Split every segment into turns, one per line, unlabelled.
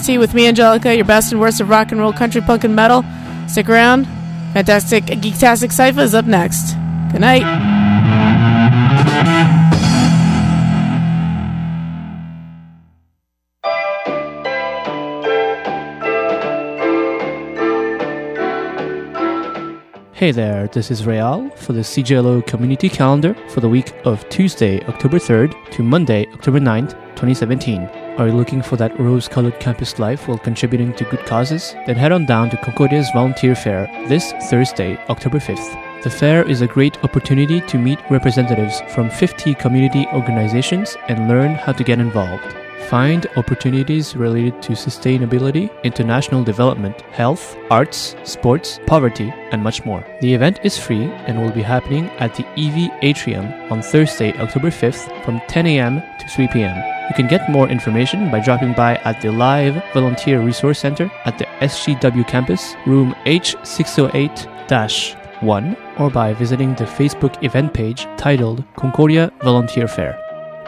Fantasy with me, Angelica, your best and worst of rock and roll, country, punk, and metal. Stick around. Fantastic Geektastic Cypher is up next. Good night.
Hey there, this is Real for the CJLO Community Calendar for the week of Tuesday, October 3rd to Monday, October 9th, 2017. Are you looking for that rose colored campus life while contributing to good causes? Then head on down to Concordia's Volunteer Fair this Thursday, October 5th. The fair is a great opportunity to meet representatives from 50 community organizations and learn how to get involved. Find opportunities related to sustainability, international development, health, arts, sports, poverty, and much more. The event is free and will be happening at the EV Atrium on Thursday, October 5th from 10 a.m. to 3 p.m. You can get more information by dropping by at the Live Volunteer Resource Center at the SGW campus, room H608 1, or by visiting the Facebook event page titled Concordia Volunteer Fair.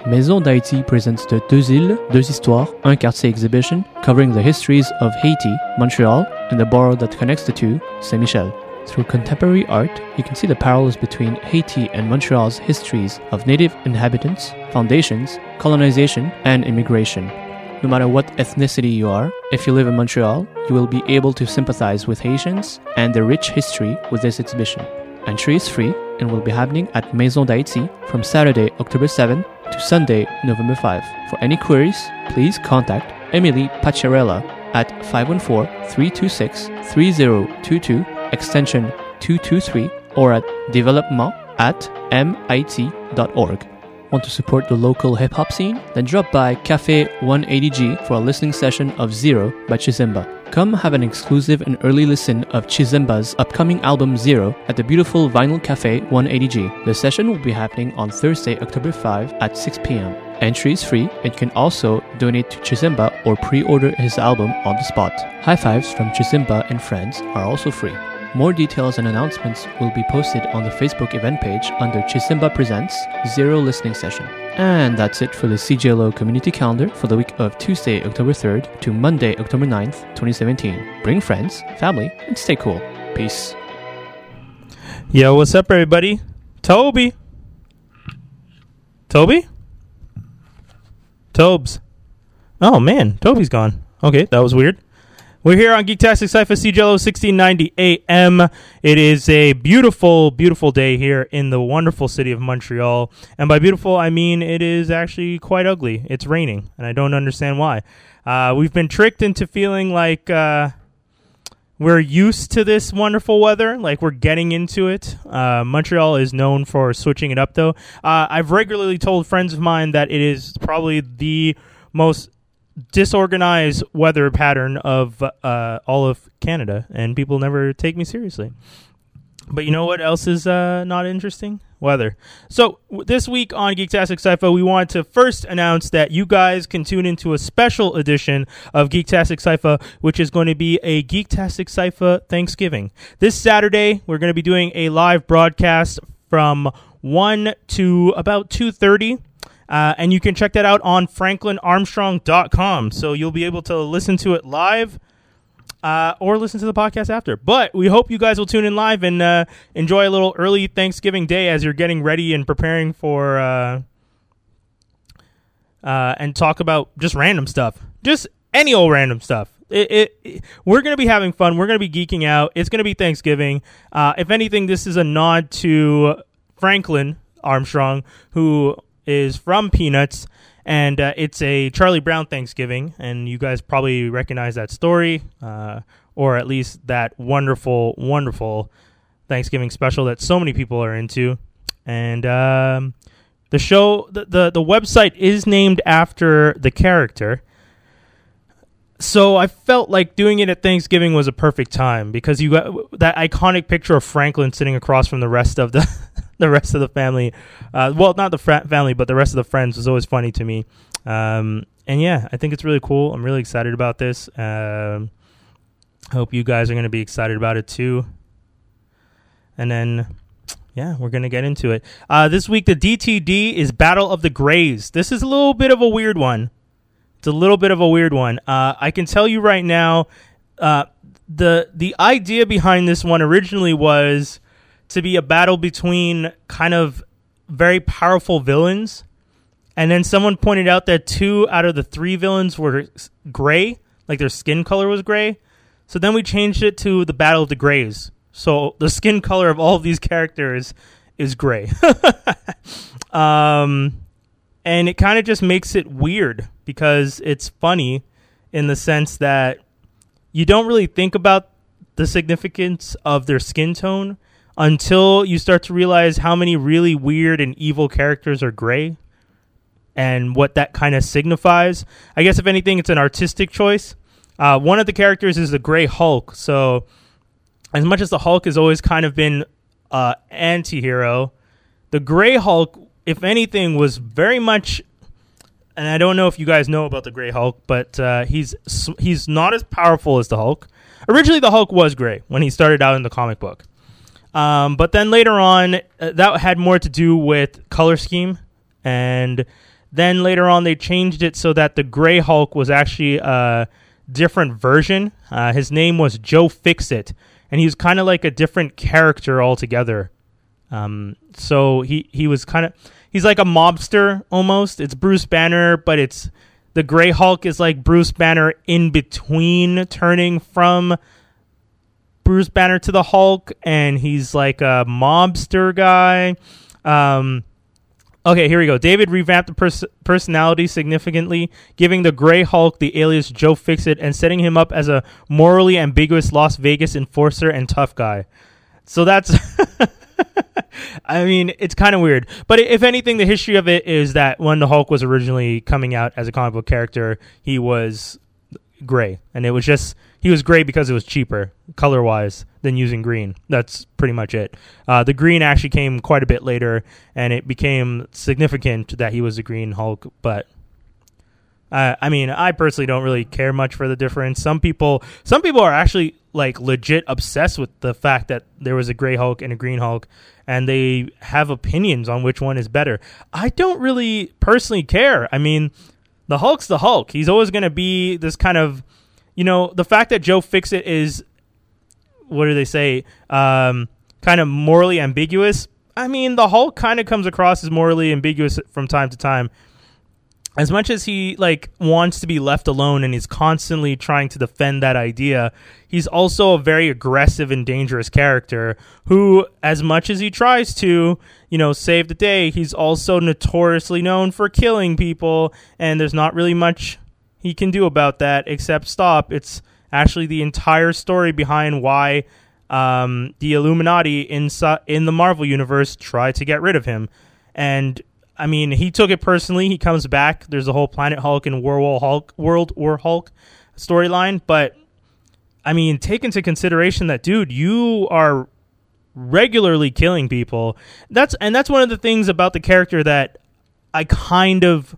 Maison d'Haïti presents the Deux Îles, Deux Histoires, Un Quartier exhibition covering the histories of Haiti, Montreal, and the borough that connects the two, Saint Michel. Through contemporary art, you can see the parallels between Haiti and Montreal's histories of native inhabitants, foundations, colonization, and immigration. No matter what ethnicity you are, if you live in Montreal, you will be able to sympathize with Haitians and their rich history with this exhibition. Entry is free and will be happening at Maison d'Haïti from Saturday, October 7 to Sunday, November 5. For any queries, please contact Emily Pacciarella at 514-326-3022 extension 223 or at development at mit.org. Want to support the local hip hop scene? Then drop by Cafe 180G for a listening session of Zero by Chizimba. Come have an exclusive and early listen of Chizimba's upcoming album Zero at the beautiful Vinyl Cafe 180G. The session will be happening on Thursday, October 5 at 6 p.m. Entry is free and you can also donate to Chizimba or pre order his album on the spot. High fives from Chizimba and friends are also free. More details and announcements will be posted on the Facebook event page under Chisimba Presents Zero Listening Session. And that's it for the CJLO community calendar for the week of Tuesday, October 3rd to Monday, October 9th, 2017. Bring friends, family, and stay cool. Peace.
Yo, what's up, everybody? Toby. Toby? Tobes. Oh, man. Toby's gone. Okay, that was weird. We're here on Geektastic Cypher CJLO 1690 AM. It is a beautiful, beautiful day here in the wonderful city of Montreal. And by beautiful, I mean it is actually quite ugly. It's raining, and I don't understand why. Uh, we've been tricked into feeling like uh, we're used to this wonderful weather, like we're getting into it. Uh, Montreal is known for switching it up, though. Uh, I've regularly told friends of mine that it is probably the most disorganized weather pattern of uh, all of Canada, and people never take me seriously. But you know what else is uh, not interesting? Weather. So w- this week on Geektastic Sci-Fi, we wanted to first announce that you guys can tune into a special edition of Geektastic Sci-Fi, which is going to be a Geektastic Sci-Fi Thanksgiving. This Saturday, we're going to be doing a live broadcast from one to about two thirty. Uh, and you can check that out on franklinarmstrong.com. So you'll be able to listen to it live uh, or listen to the podcast after. But we hope you guys will tune in live and uh, enjoy a little early Thanksgiving day as you're getting ready and preparing for uh, uh, and talk about just random stuff, just any old random stuff. It, it, it- we're gonna be having fun. We're gonna be geeking out. It's gonna be Thanksgiving. Uh, if anything, this is a nod to Franklin Armstrong, who is from Peanuts, and uh, it's a Charlie Brown Thanksgiving. And you guys probably recognize that story, uh, or at least that wonderful, wonderful Thanksgiving special that so many people are into. And um, the show, the, the the website is named after the character. So I felt like doing it at Thanksgiving was a perfect time because you got that iconic picture of Franklin sitting across from the rest of the the rest of the family. Uh, well, not the fra- family, but the rest of the friends was always funny to me. Um, and yeah, I think it's really cool. I'm really excited about this. Um, hope you guys are going to be excited about it too. And then yeah, we're going to get into it. Uh, this week, the DTD is Battle of the Greys. This is a little bit of a weird one. It's a little bit of a weird one. Uh, I can tell you right now, uh, the the idea behind this one originally was to be a battle between kind of very powerful villains, and then someone pointed out that two out of the three villains were s- gray, like their skin color was gray. So then we changed it to the Battle of the Grays. So the skin color of all of these characters is gray. um, and it kind of just makes it weird because it's funny in the sense that you don't really think about the significance of their skin tone until you start to realize how many really weird and evil characters are gray and what that kind of signifies. I guess if anything, it's an artistic choice. Uh, one of the characters is the Gray Hulk. So, as much as the Hulk has always kind of been uh, anti-hero, the Gray Hulk, if anything, was very much. And I don't know if you guys know about the Gray Hulk, but uh, he's s- he's not as powerful as the Hulk. Originally, the Hulk was gray when he started out in the comic book, um, but then later on, uh, that had more to do with color scheme, and then later on they changed it so that the Gray Hulk was actually a different version. Uh, his name was Joe Fixit, and he was kind of like a different character altogether. Um, so he he was kind of he's like a mobster almost. It's Bruce Banner, but it's the Gray Hulk is like Bruce Banner in between turning from Bruce Banner to the Hulk, and he's like a mobster guy. Um, okay, here we go. David revamped the pers- personality significantly, giving the Gray Hulk the alias Joe Fixit and setting him up as a morally ambiguous Las Vegas enforcer and tough guy. So that's. I mean, it's kind of weird. But i- if anything, the history of it is that when the Hulk was originally coming out as a comic book character, he was gray. And it was just, he was gray because it was cheaper, color wise, than using green. That's pretty much it. Uh, the green actually came quite a bit later, and it became significant that he was a green Hulk. But. Uh, I mean, I personally don't really care much for the difference. Some people, some people are actually like legit obsessed with the fact that there was a gray Hulk and a green Hulk, and they have opinions on which one is better. I don't really personally care. I mean, the Hulk's the Hulk. He's always going to be this kind of, you know, the fact that Joe Fixit is, what do they say, um, kind of morally ambiguous. I mean, the Hulk kind of comes across as morally ambiguous from time to time. As much as he like wants to be left alone and he's constantly trying to defend that idea, he's also a very aggressive and dangerous character who as much as he tries to, you know, save the day, he's also notoriously known for killing people and there's not really much he can do about that except stop. It's actually the entire story behind why um, the Illuminati inside in the Marvel universe try to get rid of him. And I mean, he took it personally. He comes back. There's the whole Planet Hulk and World War Hulk, World War Hulk storyline. But I mean, take into consideration that, dude, you are regularly killing people. That's and that's one of the things about the character that I kind of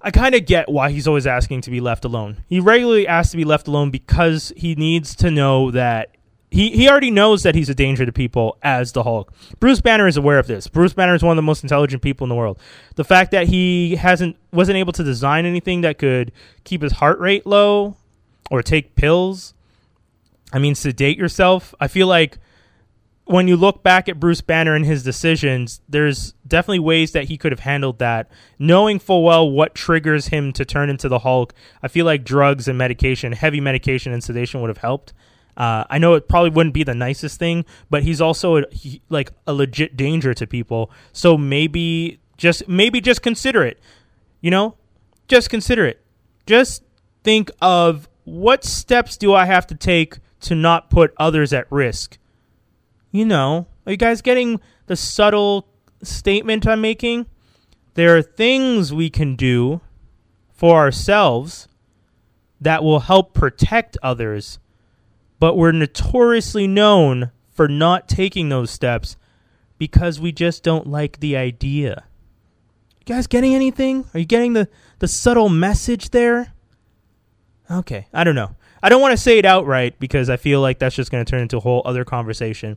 I kind of get why he's always asking to be left alone. He regularly asks to be left alone because he needs to know that he, he already knows that he's a danger to people as the Hulk. Bruce Banner is aware of this. Bruce Banner is one of the most intelligent people in the world. The fact that he hasn't wasn't able to design anything that could keep his heart rate low or take pills. I mean, sedate yourself. I feel like when you look back at Bruce Banner and his decisions, there's definitely ways that he could have handled that, knowing full well what triggers him to turn into the Hulk. I feel like drugs and medication, heavy medication and sedation would have helped. Uh, I know it probably wouldn't be the nicest thing, but he's also a, he, like a legit danger to people. So maybe just maybe just consider it. You know, just consider it. Just think of what steps do I have to take to not put others at risk you know, are you guys getting the subtle statement I'm making? There are things we can do for ourselves that will help protect others, but we're notoriously known for not taking those steps because we just don't like the idea. You guys getting anything? Are you getting the, the subtle message there? Okay, I don't know. I don't want to say it outright because I feel like that's just going to turn into a whole other conversation.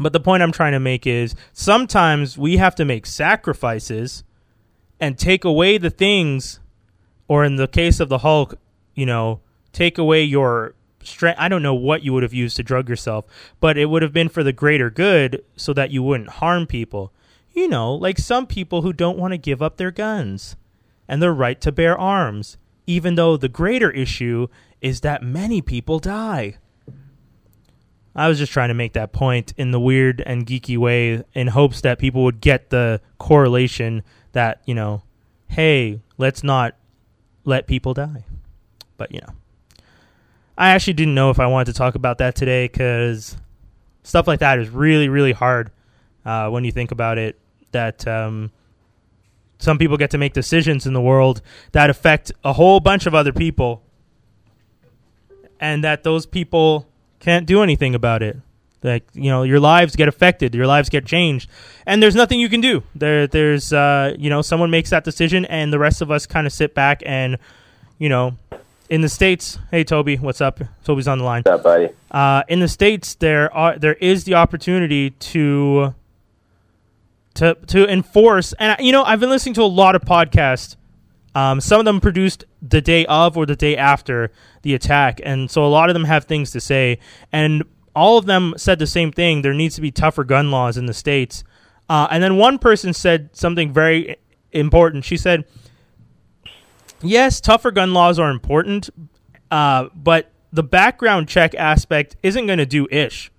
But the point I'm trying to make is sometimes we have to make sacrifices and take away the things or in the case of the Hulk, you know, take away your strength. I don't know what you would have used to drug yourself, but it would have been for the greater good so that you wouldn't harm people. You know, like some people who don't want to give up their guns and their right to bear arms, even though the greater issue is that many people die. I was just trying to make that point in the weird and geeky way in hopes that people would get the correlation that, you know, hey, let's not let people die. But, you know, I actually didn't know if I wanted to talk about that today because stuff like that is really, really hard uh, when you think about it. That um, some people get to make decisions in the world that affect a whole bunch of other people, and that those people can't do anything about it. Like you know, your lives get affected, your lives get changed, and there's nothing you can do. There, there's uh, you know, someone makes that decision, and the rest of us kind of sit back and you know, in the states. Hey, Toby, what's up? Toby's on the line.
What's up, buddy?
Uh, in the states, there are there is the opportunity to to to enforce. And you know, I've been listening to a lot of podcasts. Um, some of them produced the day of or the day after the attack, and so a lot of them have things to say. And all of them said the same thing: there needs to be tougher gun laws in the states. Uh, and then one person said something very i- important. She said, yes, tougher gun laws are important, uh, but the background check aspect isn't going to do ish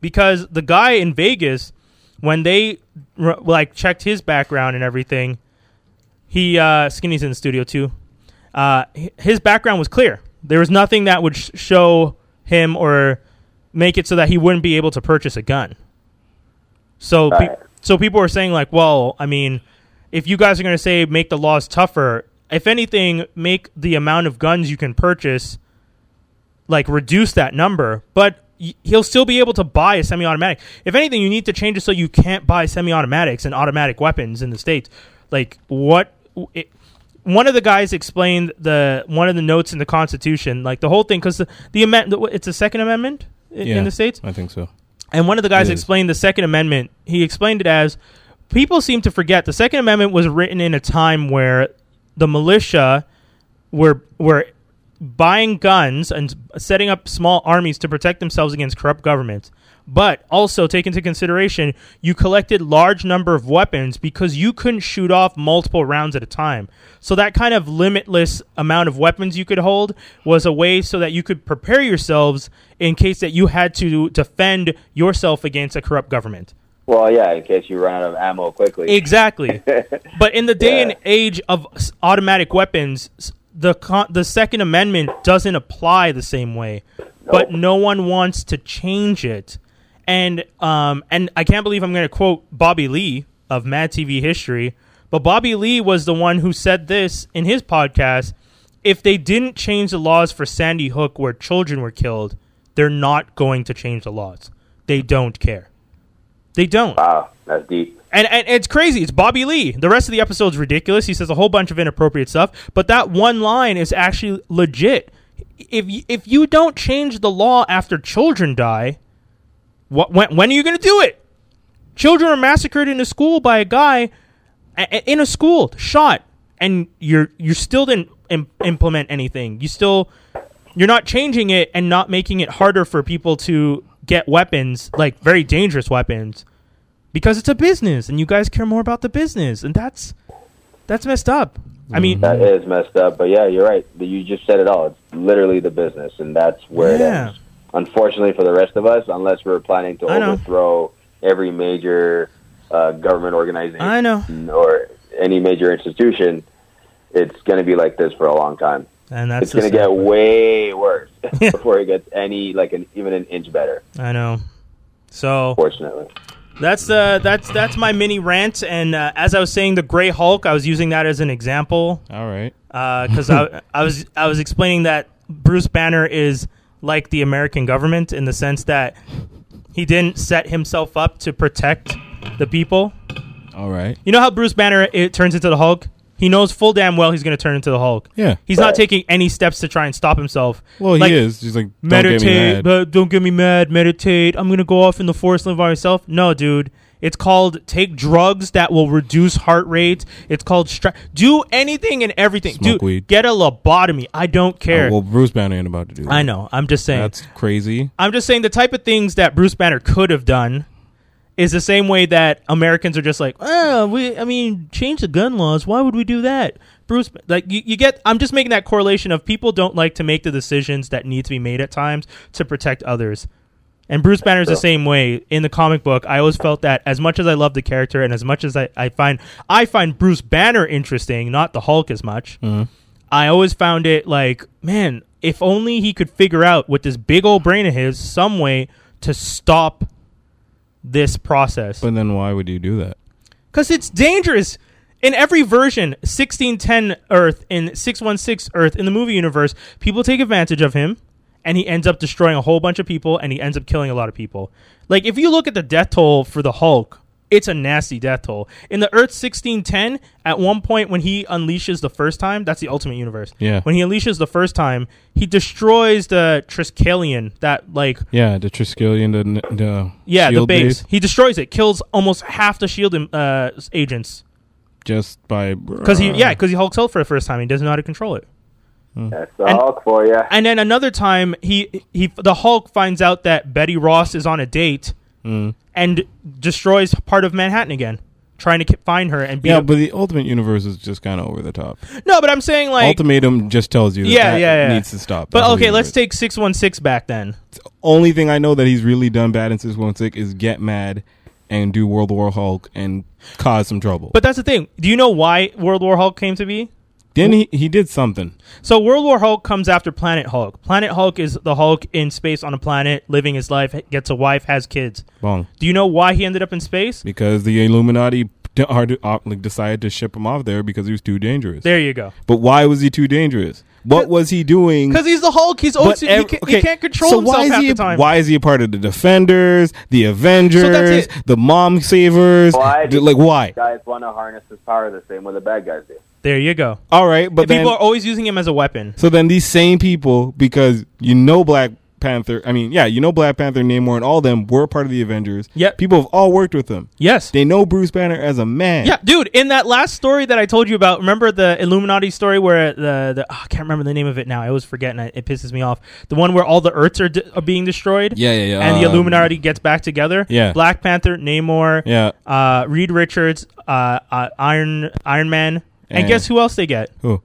because the guy in Vegas, when they r- like checked his background and everything, he uh, Skinny's in the studio too. Uh, h- his background was clear. There was nothing that would sh- show him or make it so that he wouldn't be able to purchase a gun. So, pe-
Right.
so people are saying like, well, I mean, if you guys are going to say make the laws tougher, if anything, make the amount of guns you can purchase like reduce that number, but y- he'll still be able to buy a semi-automatic. If anything, you need to change it so you can't buy semi-automatics and automatic weapons in the states. Like what? It, one of the guys explained the one of the notes in the Constitution, like the whole thing, because the, the amendment it's the Second Amendment in, in the states.
I think so.
And one of the guys
It is.
explained the Second Amendment. He explained it as people seem to forget the Second Amendment was written in a time where the militia were were buying guns and setting up small armies to protect themselves against corrupt governments. But also take into consideration you collected large number of weapons because you couldn't shoot off multiple rounds at a time. So that kind of limitless amount of weapons you could hold was a way so that you could prepare yourselves in case that you had to defend yourself against a corrupt government.
Well, yeah, in case you run out of ammo quickly.
Exactly. but in the day and age of s- automatic weapons, s- the con- the Second Amendment doesn't apply the same way. But no one wants to change it, and um and I can't believe I'm going to quote Bobby Lee of Mad TV History, but Bobby Lee was the one who said this in his podcast. If they didn't change the laws for Sandy Hook where children were killed, they're not going to change the laws. They don't care. They don't.
Wow, that's deep.
And, and it's crazy. It's Bobby Lee. The rest of the episode's ridiculous. He says a whole bunch of inappropriate stuff, but that one line is actually legit. If y- if you don't change the law after children die, what when, when are you going to do it? Children are massacred in a school by a guy a- a- in a school, shot, and you're you still didn't Im- implement anything. You still you're not changing it and not making it harder for people to get weapons, like very dangerous weapons because it's a business and you guys care more about the business and that's that's messed up i mean
Mm-hmm. That is messed up. But yeah, you're right. You just said it all. It's literally the business, and that's where
Yeah.
it ends. Unfortunately for the rest of us, unless we're planning to
I know.
overthrow every major uh, government organization
i know
or any major institution, it's going to be like this for a long time.
and that's
it's going to
the
get
sad
way worse before it gets any like an even an inch better.
part. i know so
Fortunately,
that's uh that's that's my mini rant and uh, as i was saying the gray hulk i was using that as an example
All right.
because I, I was I was explaining that Bruce Banner is like the American government in the sense that he didn't set himself up to protect the people.
All right.
You know how Bruce Banner it turns into the Hulk. He knows full damn well he's going to turn into the Hulk.
Yeah.
He's not taking any steps to try and stop himself.
Well,
Like,
he is. He's like, don't
meditate,
get me mad. Uh,
but don't get me mad. Meditate. I'm gonna go off in the forest, live by myself. No, dude. It's called take drugs that will reduce heart rate. It's called stri- do anything and everything.
Smoke
Dude,
weed.
get a lobotomy. I don't care.
Uh, well, Bruce Banner ain't about to do.
I
that.
know. I'm just saying.
That's crazy.
I'm just saying the type of things that Bruce Banner could have done is the same way that Americans are just like, oh, we, I mean, change the gun laws. Why would we do that? Bruce, like, you, you get, I'm just making that correlation of people don't like to make the decisions that need to be made at times to protect others. And Bruce Banner's the
Sure.
same way in the comic book. I always felt that as much as I love the character and as much as I, I find I find Bruce Banner interesting, not the Hulk as much. I always found it like, man, if only he could figure out with this big old brain of his some way to stop this process.
But then why would you do that?
Because it's dangerous. In every version, 1610 Earth and 616 Earth in the movie universe, people take advantage of him and he ends up destroying a whole bunch of people and he ends up killing a lot of people. Like, if you look at the death toll for the Hulk, it's a nasty death toll. In the Earth 1610, at one point when he unleashes the first time, that's the Ultimate Universe.
Yeah.
When he unleashes the first time, he destroys the Triskelion, that, like,
Yeah, the Triskelion, the, the
yeah, the
shield
base. He destroys it, kills almost half the shield um, uh, agents.
just by
Because he, yeah, because he hulks out for the first time. He doesn't know how to control it.
That's the
Mm. And-
Hulk for you.
And then another time, he he the Hulk finds out that Betty Ross is on a date
Mm.
and destroys part of Manhattan again, trying to ki- find her and beat.
yeah,
up-
but the Ultimate Universe is just kind of over the top.
no, but I'm saying like,
Ultimatum just tells you that
Yeah,
that
yeah, yeah.
needs to stop.
but
That's
okay,
the
let's
universe.
take six one six back then.
Only thing I know that he's really done bad in 616 is get mad and do World War Hulk and cause some trouble.
But that's the thing. Do you know why World War Hulk came to be?
then he, he did something.
So World War Hulk comes after Planet Hulk. Planet Hulk is the Hulk in space on a planet, living his life, gets a wife, has kids.
Bong.
Do you know why he ended up in space?
Because the Illuminati d- are, are, like, decided to ship him off there because he was too dangerous.
There you go.
But why was he too dangerous? What was he doing?
Because he's the Hulk. He's always,
ev-
he, can,
okay,
he can't control
so
himself
why is
half
he,
the time.
Why is he a part of the Defenders, the Avengers,
it.
the Mom Savers?
Why
d-
do
like why?
Guys want to harness his power the same way the bad guys do.
There you go.
All right, but
People
then
are always using him as a weapon.
so then these same people because you know Black Panther. I mean, yeah, you know Black Panther, Namor, and all them were part of the Avengers.
Yep.
people have all worked with them.
Yes.
They know Bruce Banner as a man.
Yeah, dude. In that last story that I told you about, remember the Illuminati story where the, the oh, I can't remember the name of it now. I always forget, and it, it pisses me off. The one where all the Earths are, d- are being destroyed.
Yeah, yeah, yeah.
And the
Um,
Illuminati gets back together.
yeah.
Black Panther, Namor,
Yeah.
uh, Reed Richards, uh, uh, Iron Iron Man, and
And-
guess who else they get?
Who?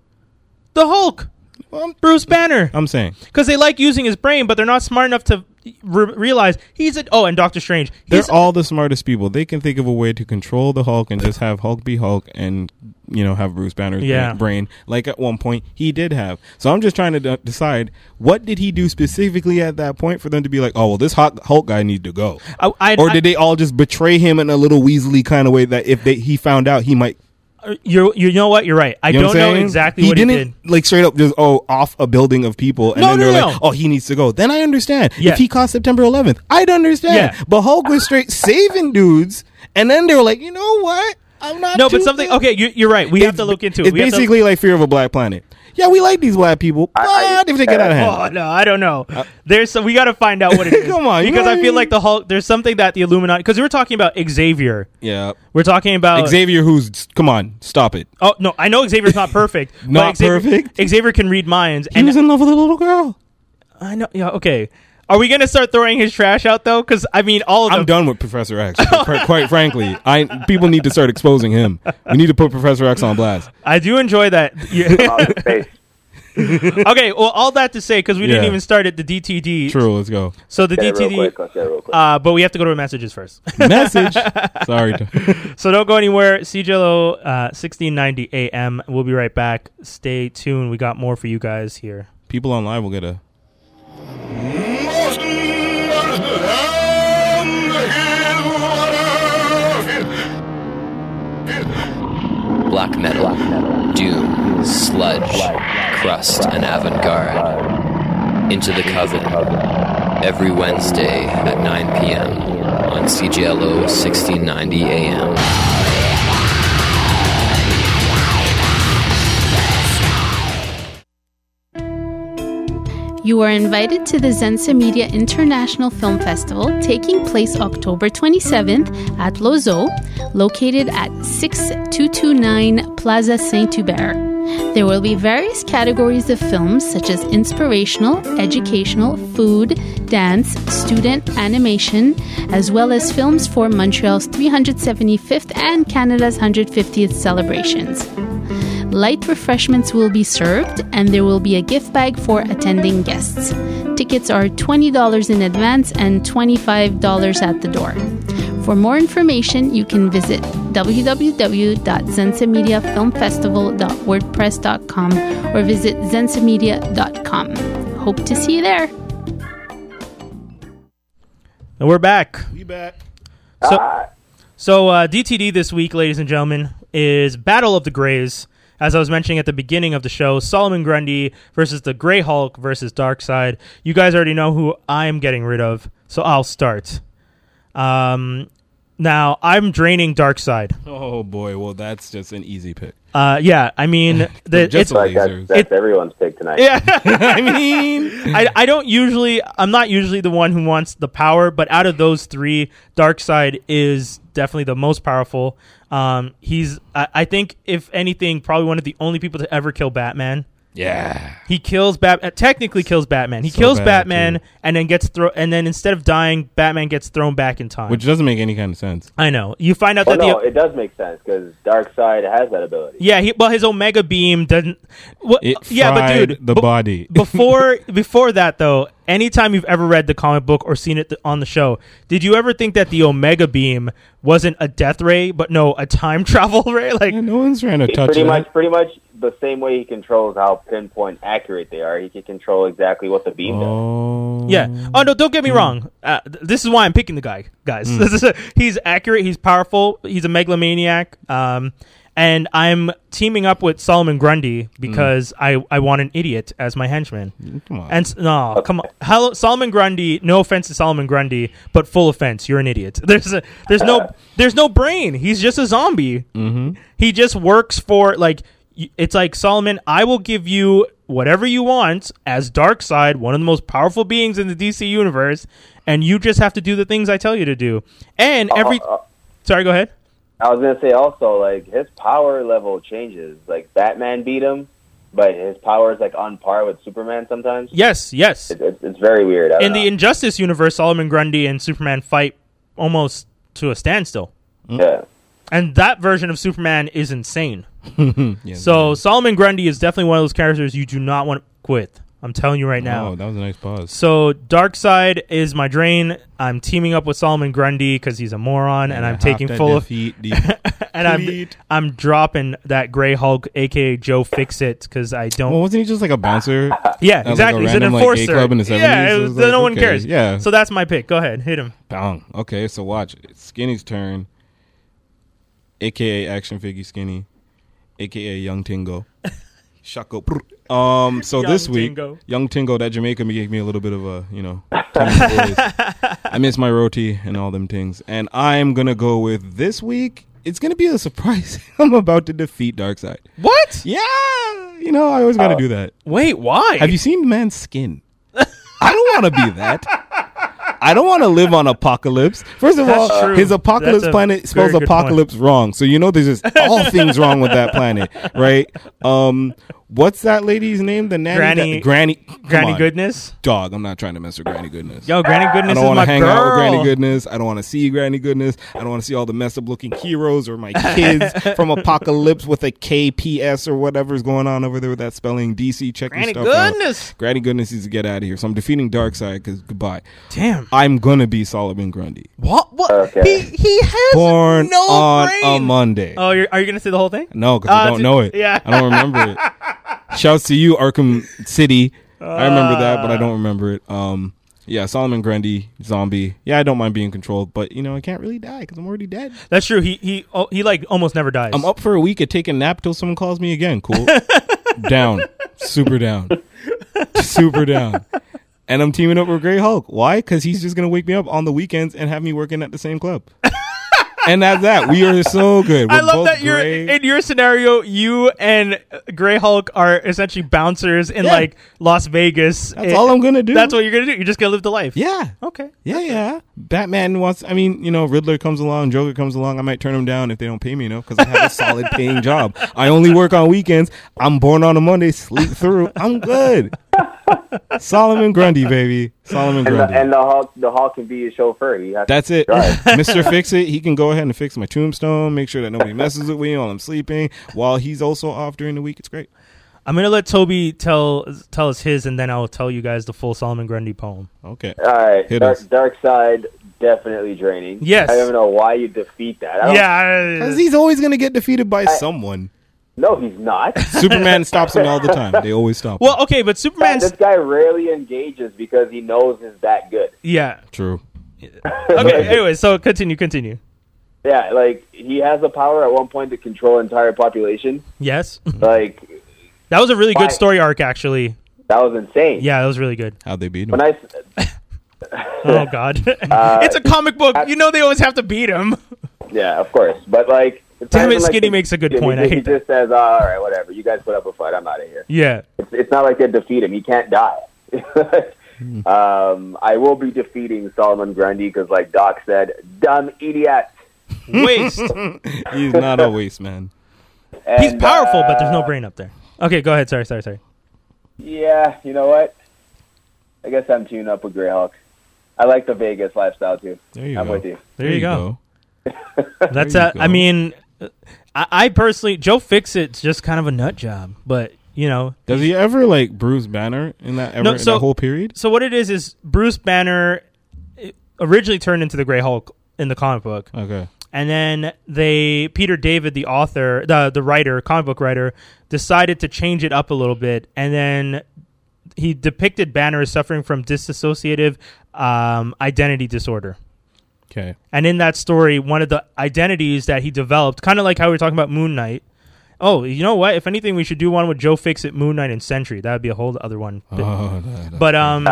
The Hulk,
Well, I'm,
Bruce Banner.
I'm saying
because they like using his brain, but they're not smart enough to re- realize he's a. Oh, and Doctor Strange.
they're
He's,
all the smartest people. They can think of a way to control the Hulk and just have Hulk be Hulk and you know have Bruce Banner's
Yeah.
bra- brain like at one point he did have. So I'm just trying to d- decide what did he do specifically at that point for them to be like, oh well, this Hulk, Hulk guy needs to go.
I, I,
or did they all just betray him in a little Weasley kind of way that if they, he found out he might
I, you you know what? You're right. I
you know
don't
what I'm
know
saying?
exactly
he
what
didn't,
he did.
Like straight up just oh off a building of people and
No,
then
no,
they're
no.
like, Oh, he needs to go. Then I understand.
Yeah.
If he caught September eleventh, I'd understand.
Yeah.
But Hulk was straight saving dudes and then they were like, You know what? I'm not
No, but
too
something.
good."
Okay, you, you're right. We have to look into it.
It's
We have to-
basically like Fear of a Black Planet. Yeah, we like these black people, but
I-
if they get out of hand.
Oh no, I don't know. There's some, we got to find out what it is.
Uh, Come on, you
because
know
I
what I
feel
mean?
like the Hulk. There's something that the Illuminati. Because we were talking about Xavier.
yeah.
We're talking about
Xavier who's come on, stop it.
Oh no, I know Xavier's not perfect. but
Not
Xavier,
perfect?
Xavier can read minds.
He
and
was in love with a little girl.
I know. Yeah. Okay. Are we gonna start throwing his trash out though? Because I mean, all of
I'm
them.
done with Professor X. quite- quite frankly, I people need to start exposing him. We need to put Professor X on blast.
I do enjoy that. Yeah.
Out of space.
okay. Well, all that to say, because we didn't
Yeah.
even start at the DTD.
True, let's go.
So the
Yeah, real
DTD.
quick. Let's get real quick.
Uh, but we have to go to our messages first.
Message. Sorry. T-
so don't go anywhere. CJLO, uh, 1690 AM. We'll be right back. Stay tuned. We got more for you guys here.
People on live will get a.
black metal, doom, sludge, crust, and avant garde. Into the Coven. Every Wednesday at 9 p.m. on CJLO 1690 a.m.
You are invited to the Zensa Media International Film Festival taking place October 27th at Lozo, located at 6229 Plaza Saint Hubert. There will be various categories of films such as inspirational, educational, food, dance, student, animation, as well as films for Montreal's 375th and Canada's 150th celebrations. Light refreshments will be served, and there will be a gift bag for attending guests. Tickets are $20 in advance and $25 at the door. For more information, you can visit www.zensamediafilmfestival.wordpress.com or visit zensamedia.com. Hope to see you there.
And we're back.
We back.
So, so uh, DTD this week, ladies and gentlemen, is Battle of the Greys. As I was mentioning at the beginning of the show, Solomon Grundy versus the Grey Hulk versus Darkseid. You guys already know who I'm getting rid of, so I'll start. Um, now I'm draining Darkseid.
Oh boy, well that's just an easy pick.
Uh, yeah, I mean, the,
Just
it's,
a-
Like that's,
Lasers.
that's everyone's pick tonight.
Oh, yeah.
I mean,
I, I don't usually I'm not usually the one who wants the power, but out of those three, Darkseid is definitely the most powerful. Um, he's I, I think if anything, probably one of the only people to ever kill Batman.
yeah.
He kills Bat uh, technically kills Batman. He
So
kills
bad,
Batman
too.
and then gets thrown and then instead of dying, Batman gets thrown back in time.
Which doesn't make any kind of sense.
I know. You find out
Well,
that the
Oh, no, it does make sense because Dark Side has that ability.
yeah, he, well, his Omega Beam doesn't. What,
It
Uh, yeah, but
fried
dude,
the
bu-
body.
before before that though, anytime you've ever read the comic book or seen it th- on the show, did you ever think that the Omega Beam wasn't a death ray, but no, a time travel ray? Like,
Yeah, no one's trying to
He
touch
pretty
that.
much, pretty much the same way he controls how pinpoint accurate they are. He can control exactly what the beam does.
Oh.
yeah. Oh no, don't get me wrong. Uh, th- this is why I'm picking the guy, guys. This is he's accurate. He's powerful. He's a megalomaniac. Um, and I'm teaming up with Solomon Grundy because I I want an idiot as my henchman.
Come on.
And s- no, come on, Hello, Solomon Grundy. No offense to Solomon Grundy, but full offense. You're an idiot. There's a, there's no there's no brain. He's just a zombie. Mm-hmm. He just works for like y- it's like Solomon. I will give you whatever you want as Darkseid, one of the most powerful beings in the DC universe, and you just have to do the things I tell you to do. And every sorry, go ahead.
I was gonna say also, like his power level changes. Like Batman beat him, but his power is like on par with Superman sometimes.
Yes, yes.
It, uh, it's it's very weird. I don't
In the
know.
Injustice universe, Solomon Grundy and Superman fight almost to a standstill.
yeah.
and that version of Superman is insane. so
Mm-hmm.
Solomon Grundy is definitely one of those characters you do not want with. I'm telling you right now.
Oh, that was a nice pause.
So Darkseid is my drain. I'm teaming up with Solomon Grundy because he's a moron, and I'm taking full of
feet.
and I'm
Complete.
I'm dropping that Gray Hulk, aka Joe Fixit, because I don't.
well, Oh, wasn't he just like a bouncer?
yeah,
That was like
exactly.
a
he's an
random, like, gay
enforcer.
club in the 70s.
yeah,
It
it
was
was- no
like,
one
okay,
cares.
yeah.
So that's my pick. Go ahead, hit him.
Bang. Okay, so watch. It's Skinny's turn, aka Action Figgy Skinny, aka Young Tingo. Shako. Brr. Um. So
Young
this week,
Tingo.
Young Tingo, that Jamaica gave me a little bit of a, you know, Tennessee boys. I miss my roti and all them things. And I'm gonna go with this week. It's gonna be a surprise. I'm about to defeat Darkseid.
What?
Yeah. You know, I always
Oh.
gotta do that.
Wait, why?
Have you seen the man's skin? I don't want to be that. I don't want to live on apocalypse. First of
That's
all,
true.
his apocalypse
That's a
planet
very
spells
good
apocalypse wrong. So you know there's just all things wrong with that planet, right? Um, what's that lady's name? The nanny,
Granny-
that- Granny, come
Granny
on.
Goodness?
Dog, I'm not trying to mess with Granny Goodness.
Yo, Granny Goodness
I don't
is
want
my
to hang
girl.
out with Granny Goodness. I don't want to see Granny Goodness. I don't want to see all the messed up looking heroes or my kids from Apocalypse with a KPS or whatever's going on over there with that spelling. DC, check
Granny
your stuff out.
Goodness.
Granny Goodness needs to get out of here. So I'm defeating Darkseid because goodbye.
Damn.
I'm gonna be Solomon Grundy.
What? What?
Okay.
he has
Born on a Monday.
Oh, you're, are you gonna say the whole thing?
no, because
Uh,
I don't know it.
yeah.
I don't remember it. Shouts to you, Arkham City. I remember that, but I
Ah.
don't remember it. Um, yeah, Solomon Grundy, zombie. Yeah, I don't mind being controlled, but you know I can't really die because I'm already dead.
That's true. He he oh, he like almost never dies.
I'm up for a week at taking a nap till someone calls me again. Cool. down. Super down. Super down. And I'm teaming up with Grey Hulk. Why? Because he's just gonna wake me up on the weekends and have me working at the same club. and at that, we are so good. We're
I love
both
that you're
great.
in your scenario. You and Grey Hulk are essentially bouncers in
Yeah.
like Las Vegas.
That's all I'm gonna do.
That's what you're gonna do. You're just gonna live the life.
Yeah.
Okay.
Yeah, yeah. Batman wants. I mean, you know, Riddler comes along, Joker comes along. I might turn them down if they don't pay me enough because I have a solid paying job. I only work on weekends. I'm born on a Monday, sleep through. I'm good. Solomon Grundy, baby. Solomon
And the,
Grundy.
and the Hulk, the Hulk can be your chauffeur. He has
That's it.
Right.
Mr. Fix It, he can go ahead and fix my tombstone, make sure that nobody messes with me while I'm sleeping, while he's also off during the week. It's great.
I'm gonna let Toby tell tell us his, and then I'll tell you guys the full Solomon Grundy poem.
Okay.
all right.
Hit
Dark,
us.
dark side definitely draining.
Yes.
I don't even know why you defeat that. I don't,
Yeah.
Because he's always going to get defeated by someone.
No, he's not.
Superman stops him all the time. They always stop. him.
well, okay, but Superman's
this guy rarely engages because he knows he's that good.
yeah.
True.
Okay. anyway, so continue, continue.
Yeah, like he has the power at one point to control entire population.
Yes,
Like
that was a really good
Why?
story arc, actually.
that was insane.
Yeah, that was really good.
How'd they beat him?
When I
Oh God, it's a comic book. you know they always have to beat him.
yeah, of course. But like the
Damn
time
it,
when, like,
Skinny
they-
makes a good
he-
point. I
He,
hate
just says, "Oh, "All right, whatever. You guys put up a fight. I'm out of here."
Yeah,
It's, it's not like they defeat him. He can't die. um, I will be defeating Solomon Grundy because, like Doc said, dumb idiot.
waste.
He's not a waste man.
And,
He's powerful,
uh,
but there's no brain up there. Okay, go ahead. Sorry, sorry, sorry.
Yeah, you know what? I guess I'm tuned up with Greyhawk. I like the Vegas lifestyle too.
There you
I'm
go.
with you.
There, you go. That's
There you
uh, I
go.
mean, uh, I, I personally Joe Fixit's just kind of a nut job, but you know.
Does he ever like Bruce Banner in that ever
No,
in
so-
that whole period?
So what it is is Bruce Banner uh, originally turned into the Gray Hulk in the comic book.
Okay.
and then they Peter David, the author, the the writer, comic book writer, decided to change it up a little bit, and then he depicted Banner as suffering from dissociative um, identity disorder.
Okay.
And in that story, one of the identities that he developed, kind of like how we were talking about Moon Knight. Oh, you know what? If anything, we should do one with Joe Fix it, Moon Knight, and Sentry. That would be a whole other one.
Oh, no, no.
but um,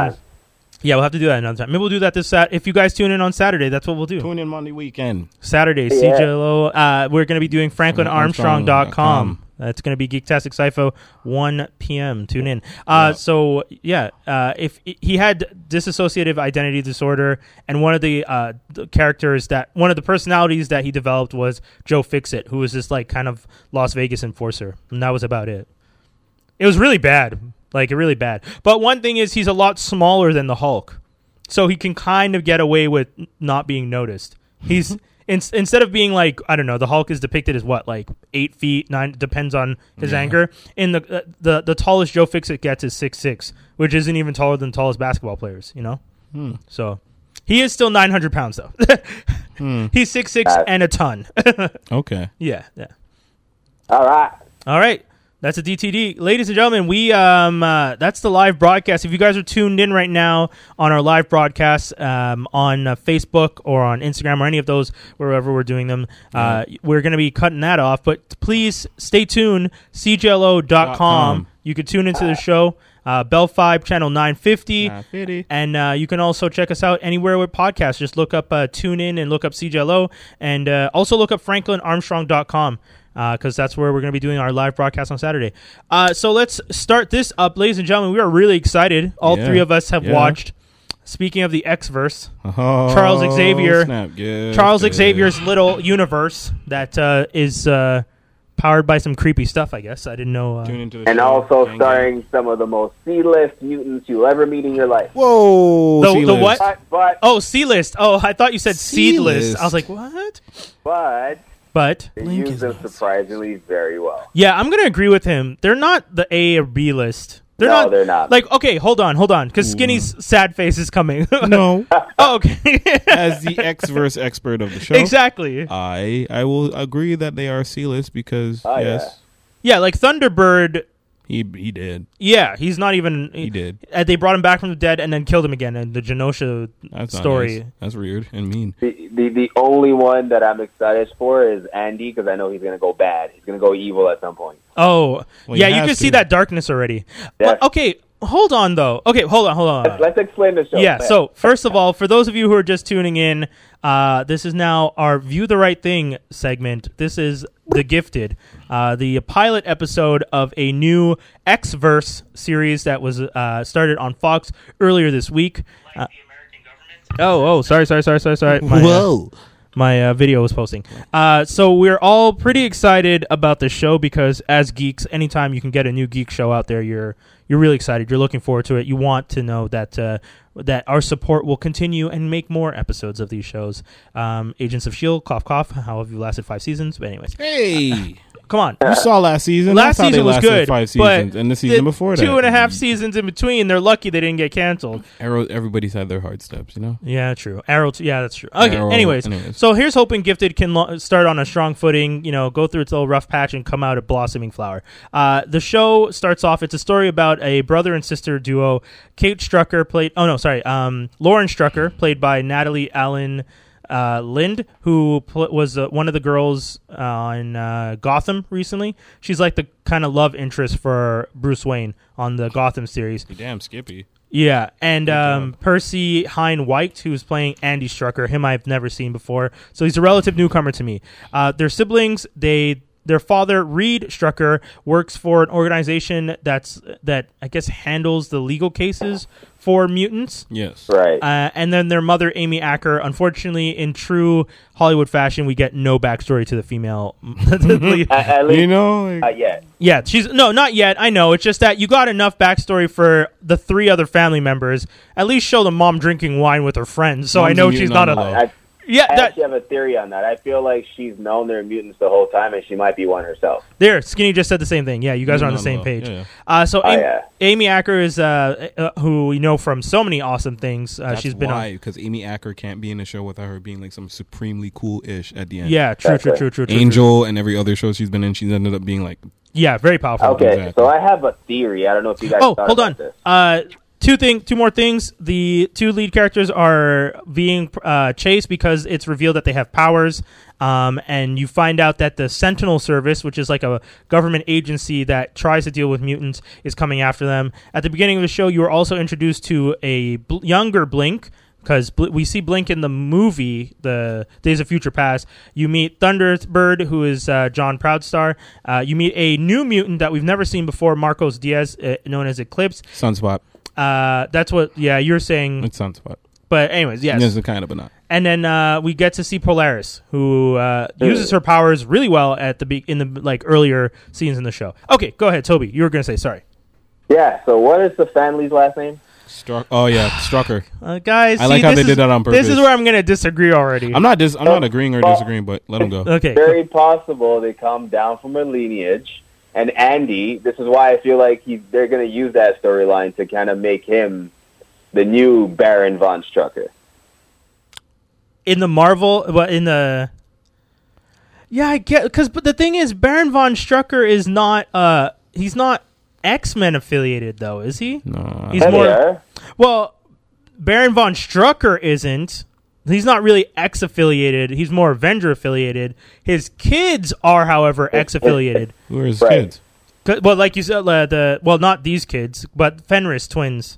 yeah, we'll have to do that another time. Maybe we'll do that this Sat. If you guys tune in on Saturday, that's what we'll do.
tune in Monday weekend.
Saturday,
Yeah.
CJLO. Uh, we're going to be doing
FranklinArmstrong.com.
franklinarmstrong.com. That's going to be Geektastic Cypho, 1 p.m. Tune in. Uh, So, yeah, uh, if he had dissociative identity disorder, and one of the, uh, the characters that, one of the personalities that he developed was Joe Fixit, who was this, like, kind of Las Vegas enforcer. And that was about it. It was really bad. Like, really bad. But one thing is, he's a lot smaller than the Hulk so he can kind of get away with n- not being noticed. He's in, instead of being like I don't know, the Hulk is depicted as what like eight feet nine depends on his anger. In the uh, the the tallest Joe Fixit gets is six six, which isn't even taller than the tallest basketball players. You know, so he is still nine hundred pounds though. He's six six
Uh,
and a ton.
Okay.
yeah, yeah.
All right.
All right. That's a DTD. Ladies and gentlemen, we um uh, that's the live broadcast. If you guys are tuned in right now on our live broadcast um, on uh, Facebook or on Instagram or any of those wherever we're doing them, uh, we're going to be cutting that off, but please stay tuned cjlo.com.
com.
You can tune into the show uh, Bell 5 channel 950. And uh, you can also check us out anywhere with podcasts. Just look up uh, TuneIn and look up CJLO. And uh, also look up franklinarmstrong.com because uh, that's where we're going to be doing our live broadcast on Saturday. Uh, so let's start this up. Ladies and gentlemen, we are really excited. All
Yeah.
three of us have
Yeah.
watched. Speaking of the X Verse,
Oh,
Charles Xavier.
Snap. Good,
Charles
good.
Xavier's little universe that uh, is uh, powered by some creepy stuff, I guess. I didn't know.
Tune
Uh,
into the
And
show.
also
Gang, gang.
starring some of the most C-list mutants you'll ever meet in your life.
Whoa.
The- the
C-list.
what?
But but
oh, C list. Oh, I thought you said seedless.
C-list.
I was like, what?
but
But
they use them surprisingly very well.
Yeah, I'm gonna agree with him. They're not the A or B list. They're
No,
not.
they're not.
Like, okay, hold on, hold on, because Skinny's sad face is coming.
Mm. No.
oh, okay,
As the X verse expert of the show,
exactly.
I I will agree that they are C-list because
Oh, yeah.
yes,
Yeah, like Thunderbird.
he he did.
Yeah, he's not even.
He did.
Uh, they brought him back from the dead and then killed him again in the Genosha
That's not
story.
nice. That's weird and mean.
The, the the only one that I'm excited for is Andy because I know he's gonna go bad. He's gonna go evil at some point.
Oh,
Well,
yeah,
he
you
has
can see
to.
that darkness already.
Yeah.
Well, okay, hold on though. Okay, hold on, hold on. hold on.
Let's explain the show.
yeah.
man.
So first of all, for those of you who are just tuning in, uh, this is now our "View the Right Thing" segment. This is the Gifted, uh, the pilot episode of a new X Verse series that was uh, started on Fox earlier this week. Uh, oh, oh, sorry, sorry, sorry, sorry, sorry. My, uh, my uh, video was posting. Uh, so we're all pretty excited about this show because as geeks, anytime you can get a new geek show out there, you're you're really excited. You're looking forward to it. You want to know that uh, that our support will continue and make more episodes of these shows. Um, Agents of Shield, cough cough. How have you lasted five seasons? But anyways,
Hey,
come on.
you saw last season.
Last
That's how they
season was
lasted
good,
Five
but
seasons, and the season before that,
two and a half seasons in between. They're lucky they didn't get canceled.
Arrow, everybody's had their hard steps, you know.
Yeah, true. Arrow. T- yeah, that's true. Okay.
Arrow,
anyways,
anyways.
so here's hoping Gifted can lo- start on a strong footing. You know, go through its little rough patch and come out a blossoming flower. Uh, the show starts off. It's a story about a brother and sister duo. Kate Strucker played. Oh no, sorry. Um, Lauren Strucker played by Natalie Allen. Uh, Lind, who pl- was uh, one of the girls on uh, Gotham recently, she's like the kind of love interest for Bruce Wayne on the Gotham series.
Damn, Skippy.
Yeah, and um, Percy Hine White, who's playing Andy Strucker, him I've never seen before, so he's a relative newcomer to me. Uh, they're siblings. They their father Reed Strucker works for an organization that's that I guess handles the legal cases for mutants.
Yes.
right.
Uh, and then their mother, Amy Acker. Unfortunately, in true Hollywood fashion, we get no backstory to the female.
at, at
You
least
know, like,
not yet.
Yeah, she's no, not yet. I know. It's just that you got enough backstory for the three other family members. At least show the mom drinking wine with her friends, so I
Mom's
know
a
she's
mutant
not
on the
a.
low.
I,
Yeah,
I
that,
actually have a theory on that. I feel like she's known they're mutants the whole time, and she might be one herself.
there. Skinny just said the same thing. Yeah, you guys are on the
Mutant on the
same
low.
page.
Yeah, yeah.
Uh, so Amy,
Oh, yeah.
Amy Acker is uh, uh, who we know from so many awesome things. Uh,
That's
she's been
why,
on.
because Amy Acker can't be in the show without her being like some supremely cool ish at the end.
Yeah, true,
That's
true,
right.
true, true, true. true.
Angel and every other show she's been in, she's ended up being like
Yeah, very powerful.
Okay,
Exactly.
so I have a theory. I don't know if you guys.
Oh,
thought
hold
about
on.
This.
Uh, two thing, two more things. The two lead characters are being uh, chased because it's revealed that they have powers. Um, and you find out that the Sentinel Service, which is like a government agency that tries to deal with mutants, is coming after them. At the beginning of the show, you were also introduced to a bl- younger Blink, because Bl- we see Blink in the movie, the Days of Future Past. You meet Thunderbird, who is uh, John Proudstar. Uh, you meet a new mutant that we've never seen before, Marcos Diaz, uh, known as Eclipse.
Sunspot.
Uh, that's what, yeah, you're saying.
It's Sunspot.
But anyways, yes.
Yes, kind of, but not.
And then uh, we get to see Polaris, who uh, uses her powers really well at the be- in the like earlier scenes in the show. Okay, go ahead, Toby. You were gonna say sorry,
Yeah. So what is the family's last name?
Struck. Oh yeah, Strucker.
uh, guys.
I like
see,
how
this
they
is-
did that on purpose.
This is where I'm gonna disagree already.
I'm not dis- I'm not agreeing or
Well-
disagreeing, but let him go.
okay, go-
Very possible they come down from a lineage, and Andy. This is why I feel like he, they're going to use that storyline to kind of make him the new Baron von Strucker.
in the Marvel, but in the yeah, I get because but the thing is, Baron von Strucker is not uh he's not X Men affiliated though, is he?
No,
He's
There they
more-
are.
Well, Baron von Strucker isn't. He's not really X affiliated. He's more Avenger affiliated. His kids are, however,
Oh,
X affiliated.
who are his
Right.
kids?
Well, like you said, uh, the well, not these kids, but Fenris twins.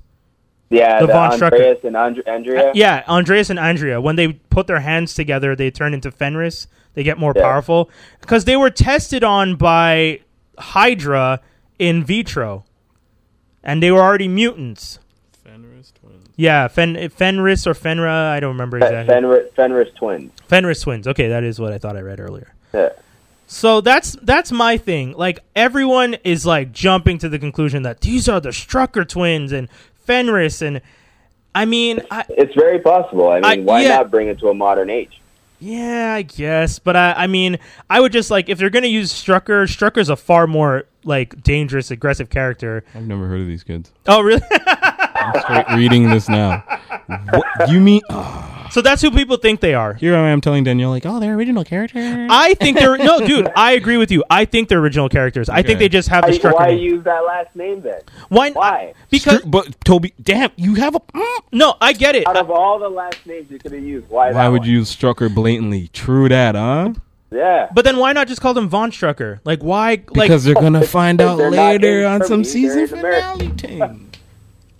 Yeah,
The
the,
Von Strucker.
Andreas and Andre- Andrea.
Yeah, Andreas and Andrea, when they put their hands together, they turn into Fenris. They get more
Yeah.
powerful because they were tested on by Hydra in vitro, and they were already mutants.
Fenris twins.
Yeah, Fen- Fenris or Fenra, I don't remember
Fe-
exactly.
Fenri- Fenris twins.
Fenris twins. Okay, that is what I thought I read earlier.
Yeah.
So that's that's my thing. Like everyone is like jumping to the conclusion that these are the Strucker twins and Fenris and I mean, I,
It's very possible. I mean,
I-
why
yeah.
not bring it to a modern age?
yeah, I guess, but I, I mean, I would just like if they're gonna use Strucker. Strucker's a far more like dangerous, aggressive character.
I've never heard of these kids.
Oh, really?
Straight reading this now. What you mean? Ah.
so that's who people think they are.
Here I am telling Danielle like, oh, they're original characters.
I think they're no, dude. I agree with you. I think they're original characters. I think
Okay.
they just have the
Why,
Strucker.
why
name.
use that last name then?
Why-
Why?
Because
Stru- but Toby, damn, you have a. Mm.
no, I get it.
Out of all the last names you could have used, why?
Why
that
would
one?
you use Strucker blatantly? True that, huh?
Yeah.
But then why not just call them Von Strucker? Like why? Like
oh. Because they're gonna find out
they're not
later
in
on some
Germany,
season
they're in
finale thing.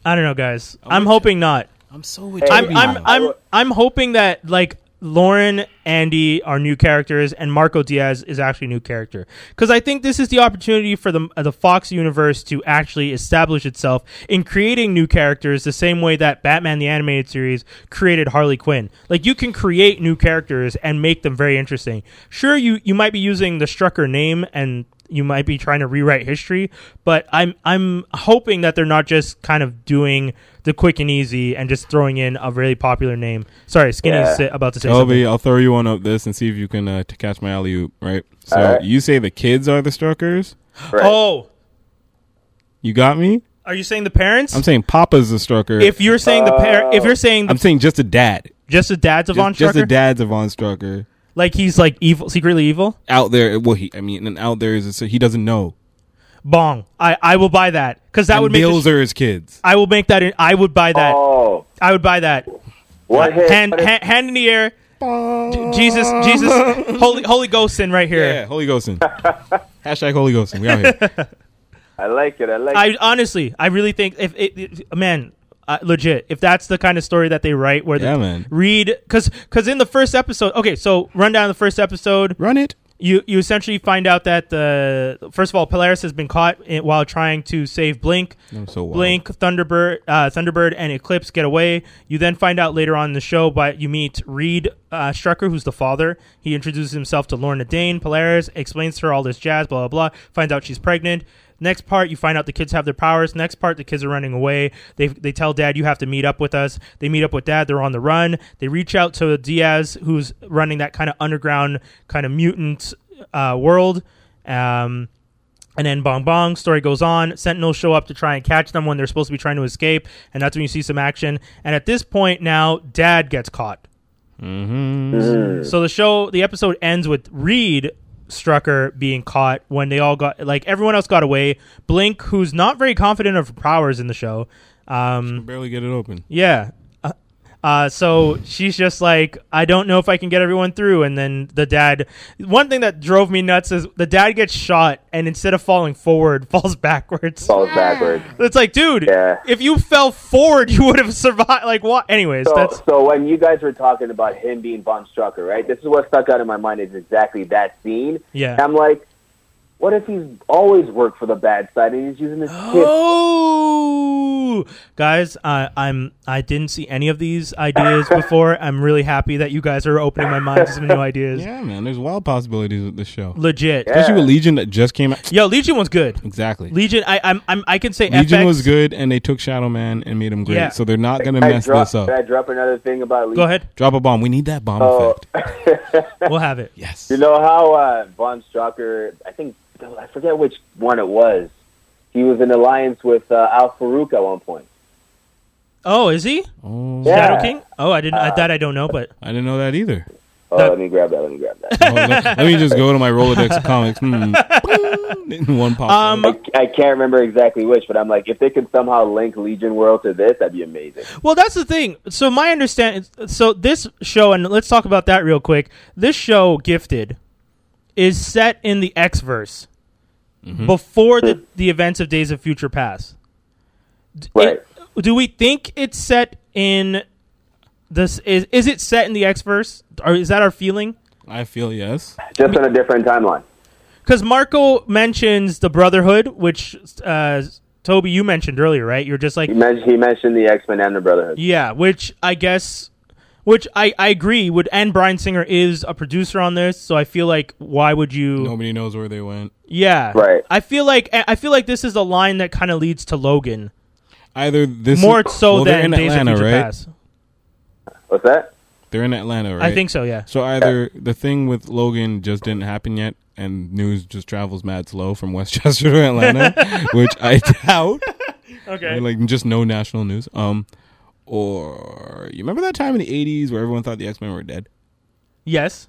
I don't know, guys.
I'm
I'm,
with
hoping not.
I'm so with
Hey,
I'm I'm
I
I'm
would-
I'm hoping that like Lauren, Andy are new characters, and Marco Diaz is actually a new character. Because I think this is the opportunity for the the Fox universe to actually establish itself in creating new characters, the same way that Batman the animated series created Harley Quinn. Like you can create new characters and make them very interesting. Sure, you you might be using the Strucker name and you might be trying to rewrite history, but I'm I'm hoping that they're not just kind of doing the quick and easy and just throwing in a really popular name. Sorry, Skinny
Yeah.
is si- about to say
Toby,
something.
I'll throw you one up this and see if you can uh, t- catch my alley oop. Right. So
All right.
you say the kids are the Struckers.
Right.
Oh,
You got me.
are you saying the parents?
I'm saying Papa's the Strucker.
if you're saying the parent, if you're saying
I'm saying just a dad.
just the dad's of Von
Just, just
Strucker,
the dad's a Von Strucker
like he's like evil, secretly evil.
out there. Well, he I mean, and out there is so he doesn't know.
Bong, I I will buy that because that
and
would make.
Bills
This,
are his kids.
I will make that. In, I would buy that.
Oh,
I would buy that.
what hit?
Hand
what hit-
hand, hand in the air. Jesus, Jesus, Holy Holy Ghost sin right here.
Yeah, Holy Ghostin. Hashtag Holy Ghostin. We out here.
I like it. I like. it.
I honestly, I really think if it, it- man, uh, legit, if that's the kind of story that they write, where
Yeah,
they
man.
read, because because in the first episode, okay, so run down the first episode.
Run it.
You you essentially find out that the first of all, Polaris has been caught in, while trying to save Blink.
I'm so wild.
Blink, Thunderbird, uh, Thunderbird, and Eclipse get away. You then find out later on in the show, but you meet Reed uh, Strucker, who's the father. He introduces himself to Lorna Dane, Polaris, explains to her all this jazz, blah blah blah. Finds out she's pregnant. Next part, you find out the kids have their powers. Next part, the kids are running away. They they tell Dad, "You have to meet up with us." They meet up with Dad. They're on the run. They reach out to Diaz, who's running that kind of underground, kind of mutant uh, world. Um, and then bong bong, story goes on. Sentinels show up to try and catch them when they're supposed to be trying to escape, and that's when you see some action. And at this point now, Dad gets caught. Mm-hmm. So the show, the episode ends with Reed Strucker being caught when they all got like everyone else got away. Blink, who's not very confident of her powers in the show, um,
Barely get it open.
yeah. Uh, Uh, so she's just like, I don't know if I can get everyone through. And then the dad, one thing that drove me nuts is the dad gets shot and instead of falling forward, falls backwards.
falls backwards.
It's like, dude,
Yeah.
if you fell forward, you would have survived. Like, what? Anyways,
So,
that's
so when you guys were talking about him being Von Strucker, right? This is what stuck out in my mind is exactly that scene.
Yeah.
And I'm like, what if he's always worked for the bad side and he's using his kid?
Oh, guys, uh, I'm I didn't see any of these ideas before. I'm really happy that you guys are opening my mind to some new ideas.
Yeah, man. There's wild possibilities with this show.
Legit.
Yeah.
Especially with Legion that just came out.
Yo, Legion was good.
Exactly.
Legion, I I'm, I'm I can say
Legion
FX.
was good, and they took Shadow Man and made him great.
Yeah.
So they're not gonna
Can I
mess
drop,
this up.
Can I drop another thing about Lee?
Go ahead.
Drop a bomb. We need that bomb
Oh.
effect.
We'll have it.
Yes.
You know how uh, Von Strucker, I think, I forget which one it was. He was in alliance with uh, Al Farouk at one point.
Oh, is he
Oh,
Yeah. Uh,
Shadow King? Oh, I didn't. I, that I don't know, but
I didn't know that either.
Oh,
That-
let me grab that. Let me grab that.
Oh, let, let me just go to my Rolodex of comics. Hmm. Boing. One pop.
Um,
up.
I can't remember exactly which, but I'm like, if they could somehow link Legion World to this, that'd be amazing.
well, that's the thing. So my understanding. So this show, and let's talk about that real quick. This show, Gifted, is set in the X verse
Mm-hmm.
before the the events of Days of Future Past. D-
Right.
it- do we think it's set in this? Is is it set in the X verse? Or is that our feeling?
I feel yes.
Just on a different timeline.
Because Marco mentions the Brotherhood, which uh, Toby you mentioned earlier, right? You're just like,
He mentioned, he mentioned the X Men and the Brotherhood.
yeah, which I guess, which I I agree would. And Brian Singer is a producer on this, so I feel like why would you?
Nobody knows where they went.
Yeah,
Right.
I feel like I feel like this is the line that kind of leads to Logan
Either this
more
is,
so
well, they're
than
in
Days
Atlanta,
of Future
right?
Past.
What's that?
They're in Atlanta, right?
I think so. Yeah.
So either the thing with Logan just didn't happen yet, and news just travels mad slow from Westchester to Atlanta, which I doubt.
Okay.
Like just no national news. Um, or you remember that time in the '80s where everyone thought the X Men were dead,
yes.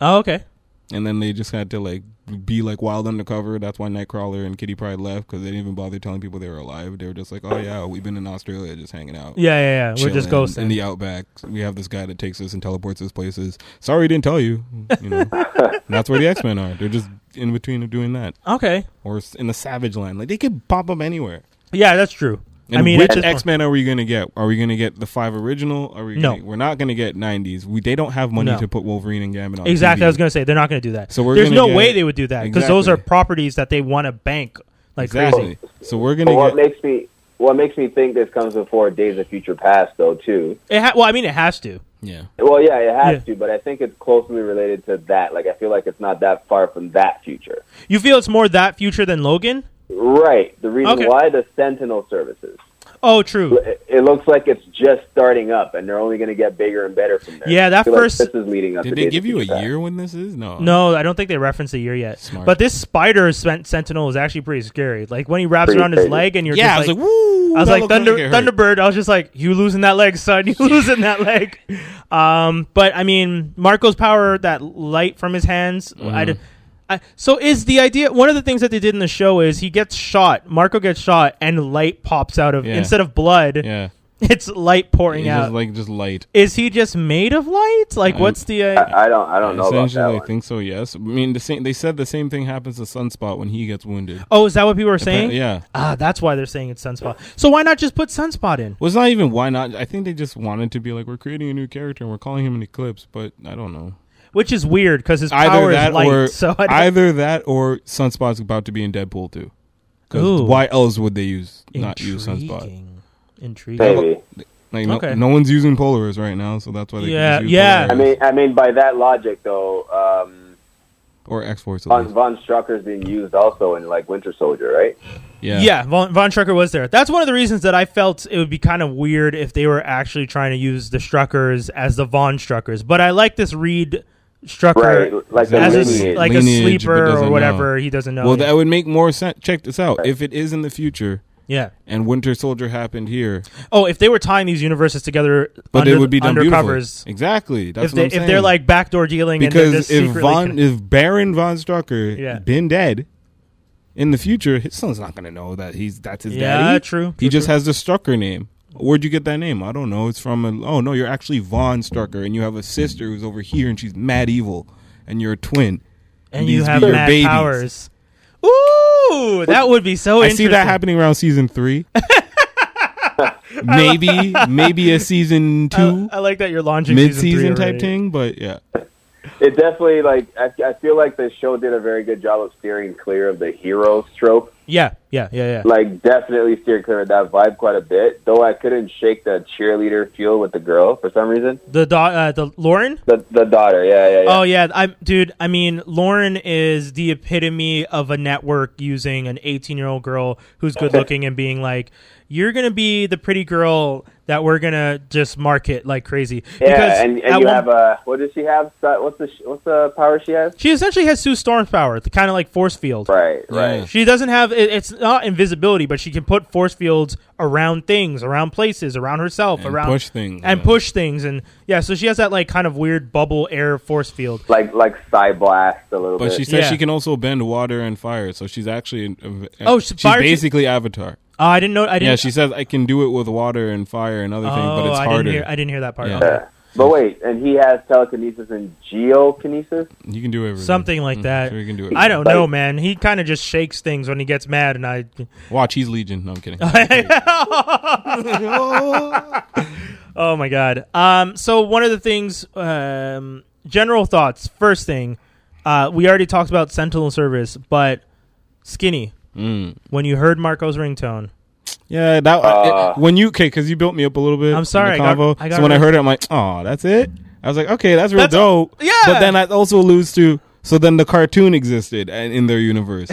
Oh, okay.
and then they just had to like be like wild undercover. That's why Nightcrawler and Kitty Pride left because they didn't even bother telling people they were alive. They were just like, "Oh yeah, we've been in Australia just hanging out."
Yeah, yeah, yeah. We're just
chilling in
ghosting.
the outback. We have this guy that takes us and teleports us places. Sorry, we didn't tell you. you know. And that's where the X Men are. They're just in between of doing that
okay.
or s- in the Savage Land. Like they could pop up anywhere.
Yeah, that's true.
And
I mean,
which
at this
X Men are we going to get? Are we going to get the five original? Are we?
No.
Gonna, we're not going to get nineties. We they don't have money
No.
to put Wolverine and Gambit on.
point- exactly,
TV.
I was going to say they're not going to do that.
So we're
there's
gonna
no
get-
way they would do that because those are
Exactly.
properties that they want to bank like
exactly.
crazy.
So we're going
But
to
what
get.
makes me what makes me think this comes before Days of Future Past, though, too.
It ha- well, I mean, it has to.
yeah.
Well, yeah, it has
Yeah.
to, but I think it's closely related to that. Like, I feel like it's not that far from that future.
You feel it's more that future than Logan?
Right. The reason
Okay.
why the Sentinel services.
Oh, true.
It it looks like it's just starting up, and they're only going to get bigger and better from there.
Yeah, that
I feel like
first-
this is leading up.
Did
to
they
Days
give
of
you a
Future Past.
year when this is? No.
No, I don't think they referenced a year yet.
Smart.
But this spider sen- sentinel is actually pretty scary. Like when he wraps
Pretty
around his
crazy.
leg, and you're
Yeah, I was
just
like, woo.
I was
that
like
looked gonna
Thunder
get hurt.
Thunderbird. I was just like, you losing that leg, son. You losing that leg. Um, but I mean, Marco's power, that light from his hands.
Mm-hmm.
I d I so is the idea. One of the things that they did in the show is he gets shot. Marco gets shot, and light pops out of
Yeah.
instead of blood.
Yeah.
It's light pouring
It's
out.
just like just light.
is he just made of light? Like,
I'm-
what's the? Uh,
I I don't. I don't know about
Essentially,
that
I
one.
think so. Yes. I mean, the same. They said the same thing happens to Sunspot when he gets wounded.
oh, is that what people are saying?
Yeah.
Ah, that's why they're saying it's sunspot. So why not just put sunspot in?
Well, it's not even why not. I think they just wanted to be like we're creating a new character and we're calling him an eclipse, but I don't know.
Which is weird because his
Either
power
that
is light.
or
so I don't-
either that or Sunspot's about to be in Deadpool too. Because
Ooh.
why else would they use not use Sunspot?
Intriguing. Intriguing.
Maybe.
Like no,
Okay.
no one's using Polaris right now, so that's why they
Yeah,
can just use
yeah.
I
Polaris
mean, I mean, by that logic, though, um,
or X Force.
von, von Strucker's being used also in like Winter Soldier, right?
Yeah,
Yeah, Von, Von Strucker was there. That's one of the reasons that I felt it would be kind of weird if they were actually trying to use the Struckers as the Von Struckers. But I like this Reed Strucker
Right. Like the
as a, s-
lineage.
like a
Lineage, but
sleeper
doesn't
or
know.
whatever. He doesn't know.
Well,
yeah.
that would make more sense. Check this out. If it is in the future
yeah.
and Winter Soldier happened here,
Oh, if they were tying these universes together,
but
under,
it would be done
under
beautifully.
covers.
Exactly. That's
If,
what
they,
I'm saying.
if they're like backdoor dealing and they're
because
just
if
secretly
Von
con-
if Baron von Strucker
Yeah.
been dead in the future, his son's not gonna know that he's that's his
yeah,
daddy.
true.
He
true,
just
true.
has the Strucker name. Where'd you get that name? I don't know. It's from a, oh no, you're actually Von Strucker, and you have a sister who's over here, and she's mad evil, and you're a twin.
and you
these be
have
your
mad
babies.
powers. Ooh, that would be so
I
interesting.
see that happening around season three. maybe, maybe a season two,
I, I like that you're launching
mid
season
season
Uh, three
type
already.
thing. But yeah,
It definitely like I, I feel like the show did a very good job of steering clear of the hero trope.
Yeah, yeah, yeah, yeah.
Like definitely steered clear of that vibe quite a bit. Though I couldn't shake the cheerleader feel with the girl for some reason.
The da- uh, the Lauren.
The the daughter, yeah, yeah, yeah.
Oh yeah, I'm dude. I mean, Lauren is the epitome of a network using an 18 year old girl who's good looking and being like, "You're gonna be the pretty girl that we're gonna just market like crazy."
yeah, and,
at
and you
one-
have a what does she have? So- What's the sh- what's the power she has?
she essentially has Sue Storm's power, the kind of like force field.
Right, right.
Yeah.
She doesn't have it, it's not invisibility, but she can put force fields around things, around places, around herself,
And
around
push things,
and
yeah.
push things, and yeah. So she has that like kind of weird bubble air force field. Uh,
Like like Psyblast a little
but
bit.
she says
Yeah.
she can also bend water and fire, so she's actually an,
Oh, she-
she's
fire-
basically Avatar.
Uh, I didn't know. I didn't.
Yeah, she says I can do it with water and fire and other
Oh,
things, but it's
I
harder.
didn't hear. I didn't hear that part.
Yeah.
Okay.
but wait, and he has telekinesis and geokinesis.
You can do everything.
Something like
Mm,
that.
Sure, you can do it.
I don't
Like-
know, man. He kind of just shakes things when he gets mad, and I.
Watch, he's Legion. No, I'm kidding.
Oh my god. Um. So one of the things. Um. General thoughts. First thing. Uh. We already talked about Sentinel service, but skinny.
Mm.
When you heard Marco's ringtone,
Yeah, that
Uh.
it- when you okay, because you built me up a little bit.
I'm
in
sorry,
the
I got-
convo.
I got
so when I
rid-
heard it, I'm like, oh, that's it. I was like, okay, that's real
That's-
dope.
yeah.
But then that also alludes to so then the cartoon existed and in their universe.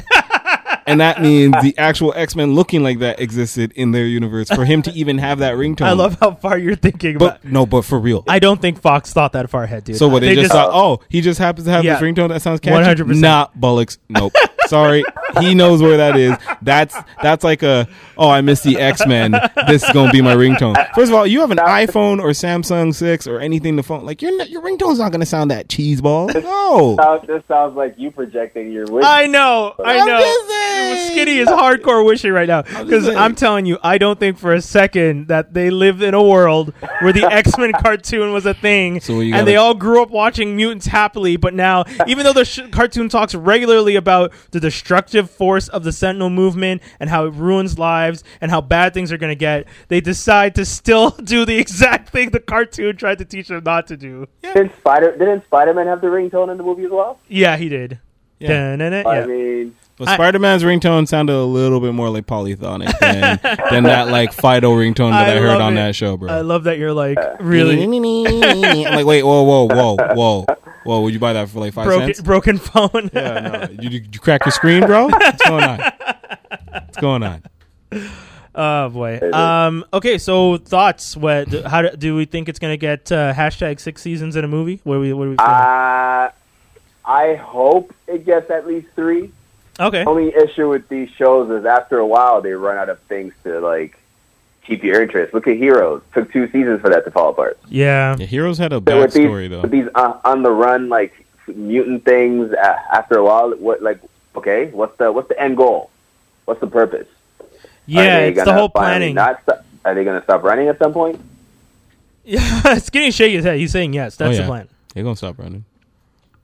And that means the actual X Men looking like that existed in their universe for him to even have that ringtone.
I love how far you're thinking. But
but no, but for real.
I don't think Fox thought that far ahead, dude.
so what they, just, thought? Oh, he just happens to have
Yeah.
this ringtone that sounds catchy.
100%.
Nah, bollocks. Nope. Sorry, he knows where that is. That's that's like a oh, I miss the X Men. This is gonna be my ringtone. First of all, you have an iPhone or Samsung six or anything to phone. Like your n- your ringtone's not gonna sound that cheese ball.
Oh.
No.
Sounds- This sounds like you projecting your wish.
I know, I
I'm
know.
just saying.
Skinny is hardcore wishing right now because
saying.
I'm telling you, I don't think for a second that they lived in a world where the X Men cartoon was a thing,
So you
and
gotta-
they all grew up watching mutants happily. But now, even though the sh- cartoon talks regularly about the destructive force of the Sentinel movement and how it ruins lives and how bad things are going to get, they decide to still do the exact thing the cartoon tried to teach them not to do.
Didn't Spider didn't Spider Man have the ringtone in the movie as well?
Yeah, he did.
Yeah.
Dun-dun-dun,
I
yeah.
mean,
But
I-
Spider Man's ringtone sounded a little bit more like polythonic than, than that like Fido ringtone that I,
I
heard
love
on
it.
that show, bro.
I love that you're like
uh,
really
I'm like, wait, whoa, whoa, whoa, whoa, whoa! Would you buy that for like five
broken
cents?
broken phone.
Yeah, Uh, no. you, you you crack your screen, bro. What's going on? What's going on?
Oh boy. Um. Okay. So thoughts? What? d- How do, do we think it's gonna get? Uh, hashtag six seasons in a movie. Where we? What do we?
uh, I hope it gets at least three.
okay.
only issue with these shows is after a while they run out of things to like keep your interest. Look at Heroes; took two seasons for that to fall apart.
Yeah.
Yeah, Heroes had a
So
bad
with
story
these
though.
with these uh, on the run like mutant things, uh, after a while, what like okay, what's the what's the end goal? What's the purpose?
Yeah.
Are they
It's the
gonna
whole
finally
planning.
Not st- are they going to stop running at some point?
Yeah. Skinny shake his head. He's saying yes. That's
Oh, yeah.
the plan.
They're gonna stop running.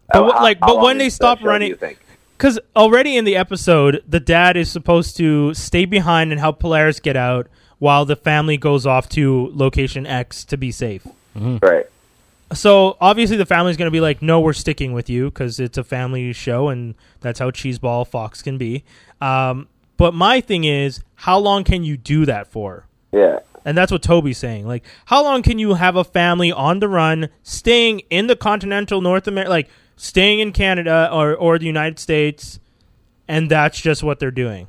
But
How-
what,
how-
like,
how
but
long
when they
is the
stop
show, do
running,
you think?
because already in the episode, the dad is supposed to stay behind and help Polaris get out while the family goes off to location X to be safe.
Right.
So obviously the family's going to be like, no, we're sticking with you because it's a family show and that's how cheeseball Fox can be. Um, but my thing is, how long can you do that for?
Yeah.
And that's what Toby's saying. Like, how long can you have a family on the run, staying in the continental North America, like staying in Canada or, or the United States, and that's just what they're doing?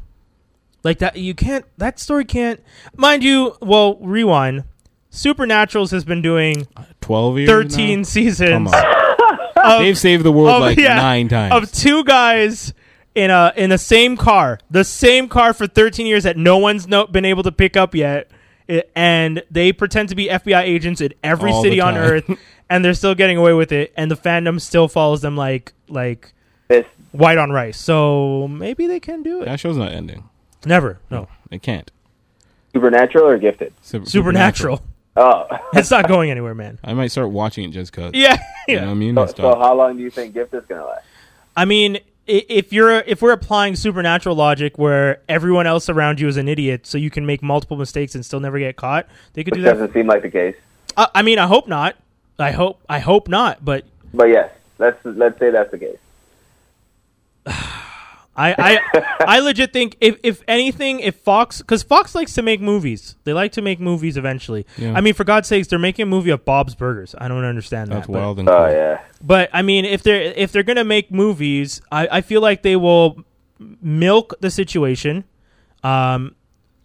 Like that, you can't. That story can't, mind you. Well, rewind. Supernaturals has been doing
Twelve years,
thirteen
now? Come
seasons
on. They've saved the world
of-
like
yeah,
nine
of
times.
two guys in a in the same car, the same car for 13 years that no one's no, been able to pick up yet, I- and they pretend to be FBI agents in every
All the
city on
time.
Earth, and they're still getting away with it, and the fandom still follows them like like
This
white on rice. So maybe they can do it.
that show's not ending.
Never, no,
It can't.
supernatural or gifted?
Sup-
supernatural.
Oh,
it's not going anywhere, man.
I might start watching it just cause.
Yeah,
You know what I
yeah.
mean?
so,
It's
so
tough.
how long do you think gifted is going to last?
I mean, i- if you're if we're applying supernatural logic where everyone else around you is an idiot, so you can make multiple mistakes and still never get caught, they could do
Which
that.
doesn't seem like the case.
I, I mean, I hope not. I hope I hope not. But
But yes, let's let's say that's the case.
I I, I legit think if if anything, if Fox because Fox likes to make movies, they like to make movies eventually.
Yeah.
I mean, for God's sakes, they're making a movie of Bob's Burgers. I don't understand
That's
that. but-
wild and
Oh
cool.
yeah.
But I mean, if they're if they're gonna make movies, I, I feel like they will milk the situation. Um,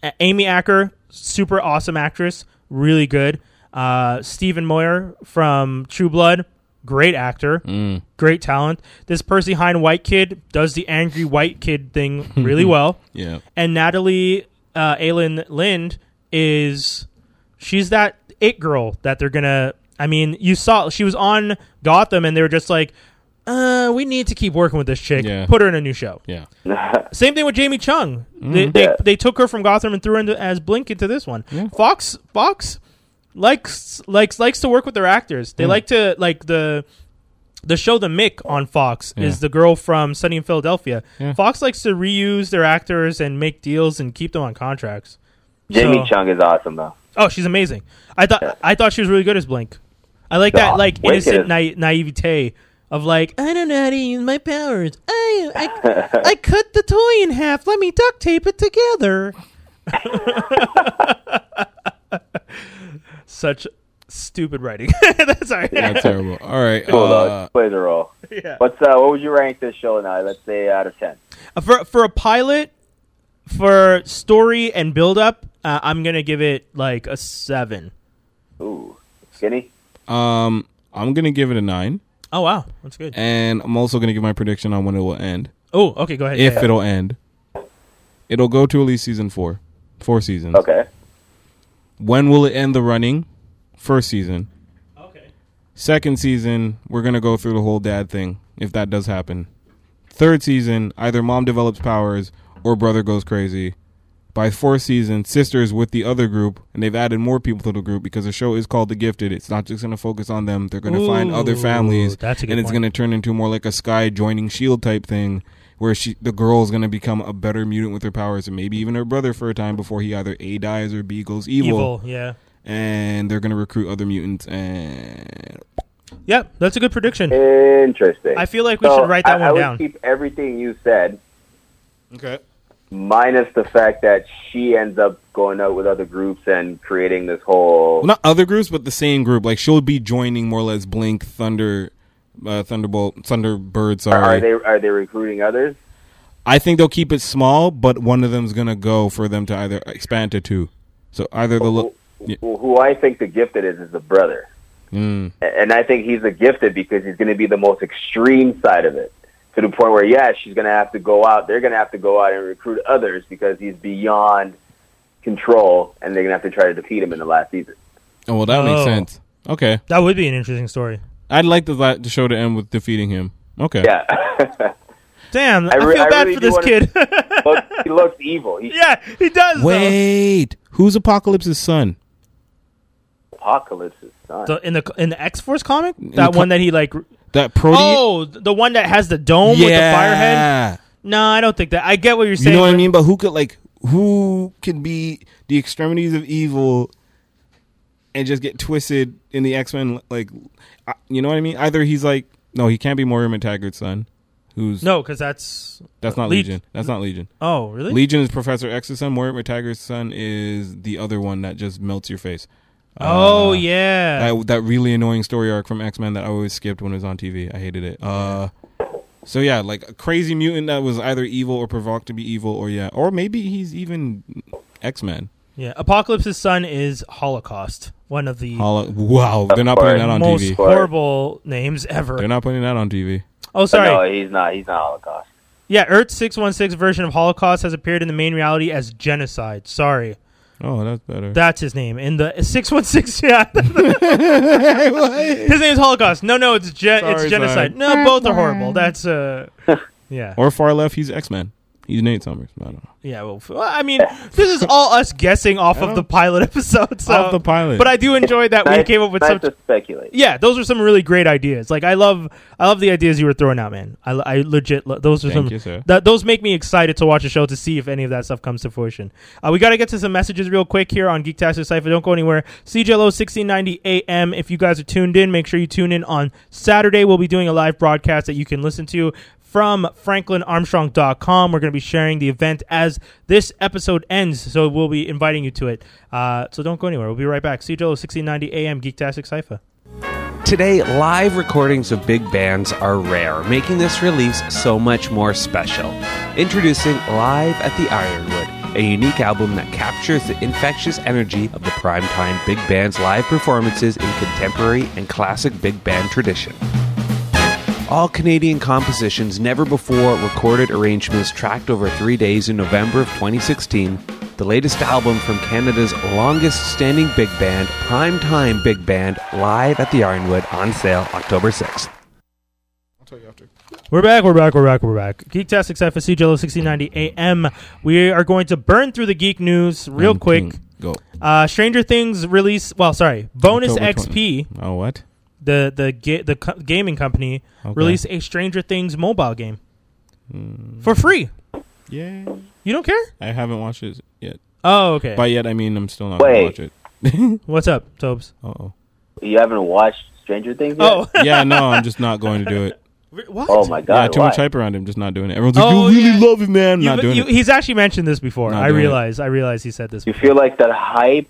A- Amy Acker, super awesome actress, really good. Uh, Stephen Moyer from True Blood, great actor, great talent. This Percy Hine white kid does the angry white kid thing really well
Yeah.
and Natalie uh, Aylin Lind is she's that it girl that they're gonna. I mean, you saw she was on Gotham, and they were just like, uh, "We need to keep working with this chick.
Yeah.
Put her in a new show."
Yeah.
Same thing with Jamie Chung. They, they, they took her from Gotham and threw her into, as Blink into this one. Fox Fox likes likes likes to work with their actors. They like to like the the show The Mick on Fox is the girl from Sunny in Philadelphia.
Yeah.
Fox likes to reuse their actors and make deals and keep them on contracts.
Jamie
So-
Chung is awesome though.
Oh, she's amazing. I thought I thought she was really good as Blink. I like
Yeah,
that like
Blink
innocent
is-
na- naivete of like I don't know how to use my powers. I I, I cut the toy in half. Let me duct tape it together. Such stupid writing. That's all right.
That's terrible. All right.
Cool
Uh,
though. Plays a role.
Yeah.
What's uh, what would you rank this show now? Let's say out of ten.
for for a pilot for story and build up, uh, I'm gonna give it like a seven.
Ooh, skinny.
um, I'm gonna give it a nine,
Oh wow, that's good.
and I'm also gonna give my prediction on when it will end,
Oh okay, go ahead.
if
Yeah.
it'll end. It'll go to at least season four, four seasons.
Okay.
When will it end the running? First season.
okay.
Second season, we're gonna go through the whole dad thing if that does happen. Third season, either mom develops powers or brother goes crazy. By fourth season, sister is with the other group, and they've added more people to the group because the show is called The Gifted. It's not just gonna focus on them; they're gonna find other
Ooh,
families,
that's a good
and it's
point.
gonna turn into more like a Sky joining Shield type thing. where she the girl's gonna become a better mutant with her powers and maybe even her brother for a time before he either A dies or B goes evil.
Evil, yeah.
And they're gonna recruit other mutants and
Yep, that's a good prediction.
Interesting.
I feel like we
So
should write that one
I- I would
down.
keep everything you said,
Okay.
minus the fact that she ends up going out with other groups and creating this whole.
Well, not other groups, but the same group. Like she'll be joining more or less Blink, Thunder, uh, Thunderbolt, Thunderbird. Sorry,
are they are they recruiting others?
I think they'll keep it small, but one of them's gonna go for them to either expand to two. So either the
Who,
lo- yeah.
who who I think the gifted is is the brother,
mm,
A- and I think he's the gifted because he's going to be the most extreme side of it, to the point where yeah, she's going to have to go out. They're going to have to go out and recruit others because he's beyond control, and they're going to have to try to defeat him in the last season.
oh well, that
Oh.
makes sense. Okay,
that would be an interesting story.
I'd like the, la- the show to end with defeating him. Okay,
Yeah,
Damn, I,
I re-
feel
I
bad
really
for
do
this
wanna-
kid.
Look, he looks evil. He's
yeah, he does. though.
Wait, who's Apocalypse's son?
Apocalypse's son.
So in the in the X Force comic,
the
that
co-
one that he like.
That Proteus.
Oh, the one that has the dome with the fire head. No, I don't think that. I get what you're
You
saying.
know what I mean? But who could like who could be the extremities of evil and just get twisted in the X Men? Like, I- you know what I mean? Either he's like, no, he can't be Moira McTaggart's son. Who's
No, because that's.
That's not
Le-
Legion. That's not Legion.
Oh, really?
Legion is Professor X's son. Moira McTaggart's son is the other one that just melts your face.
oh
Uh,
yeah.
that, that really annoying story arc from X Men that I always skipped when it was on TV. I hated it. Uh, so yeah, like a crazy mutant that was either evil or provoked to be evil, or yeah, or maybe he's even X Men.
yeah. Apocalypse's son is Holocaust. One of the
Wow, they're not putting that on
most
TV.
horrible names ever.
They're not putting that on TV.
oh,
But
sorry.
No, he's not. He's not Holocaust.
Yeah, Earth 616 version of Holocaust has appeared in the main reality as genocide. Sorry.
Oh, that's better.
That's his name. In the uh, 616, yeah.
What?
his name is Holocaust. No, no, it's gen- it's
Sorry,
genocide.
Zach.
No, both are horrible. That's uh yeah.
or far left, he's X Men. He's Nate Summers. I don't know.
Yeah, well, f- well, I mean, this is all us guessing off of the pilot episode. So,
Off the pilot.
But I do enjoy that we came up with
nice
some
to speculate.
yeah, those are some really great ideas. Like I love, I love the ideas you were throwing out, man. I, I legit, lo- those are
Thank
some.
you, sir.
that- those make me excited to watch a show to see if any of that stuff comes to fruition. Uh, we got to get to some messages real quick here on Geek Tastic Cipher. Don't go anywhere. CJLO 1690 AM. If you guys are tuned in, make sure you tune in on Saturday. We'll be doing a live broadcast that you can listen to from franklinarmstrong.com. We're going to be sharing the event as this episode ends, so we'll be inviting you to it. Uh, so don't go anywhere. We'll be right back. CJLO 1690 AM, Geek Tastic Cipher.
Today, live recordings of big bands are rare, making this release so much more special. Introducing Live at the Ironwood, a unique album that captures the infectious energy of the primetime big band's live performances in contemporary and classic big band tradition. All Canadian compositions, never before recorded arrangements tracked over three days in November of 2016, the latest album from Canada's longest standing big band, Primetime Big Band, live at the Ironwood on sale October 6th.
I'll tell you after.
We're back, we're back, we're back, we're back. Geektastic Cypher CJLO 1690 AM. We are going to burn through the geek news real
And
quick.
ping. Go.
Uh, Stranger Things release, well, sorry, Bonus
October
XP,
20. Oh, what?
the the ga- the co- gaming company,
Okay.
released a Stranger Things mobile game
Hmm.
for free.
Yeah.
You don't care?
I haven't watched it yet.
Oh, okay.
By yet, I mean I'm still not going to
Wait.
watch it. uh
What's up, Tobes?
oh.
You haven't watched Stranger Things yet?
Oh,
Yeah, no, I'm just not going to do it.
what?
Oh my god!
yeah, too
why?
much hype around him. Just not doing it. Everyone's like,
Oh,
"You really
yeah.
love it, man." I'm
You've-
not doing
you-
it.
He's actually mentioned this before.
Not
I
doing it.
realize. I realize he said this.
You
Before.
feel like that hype?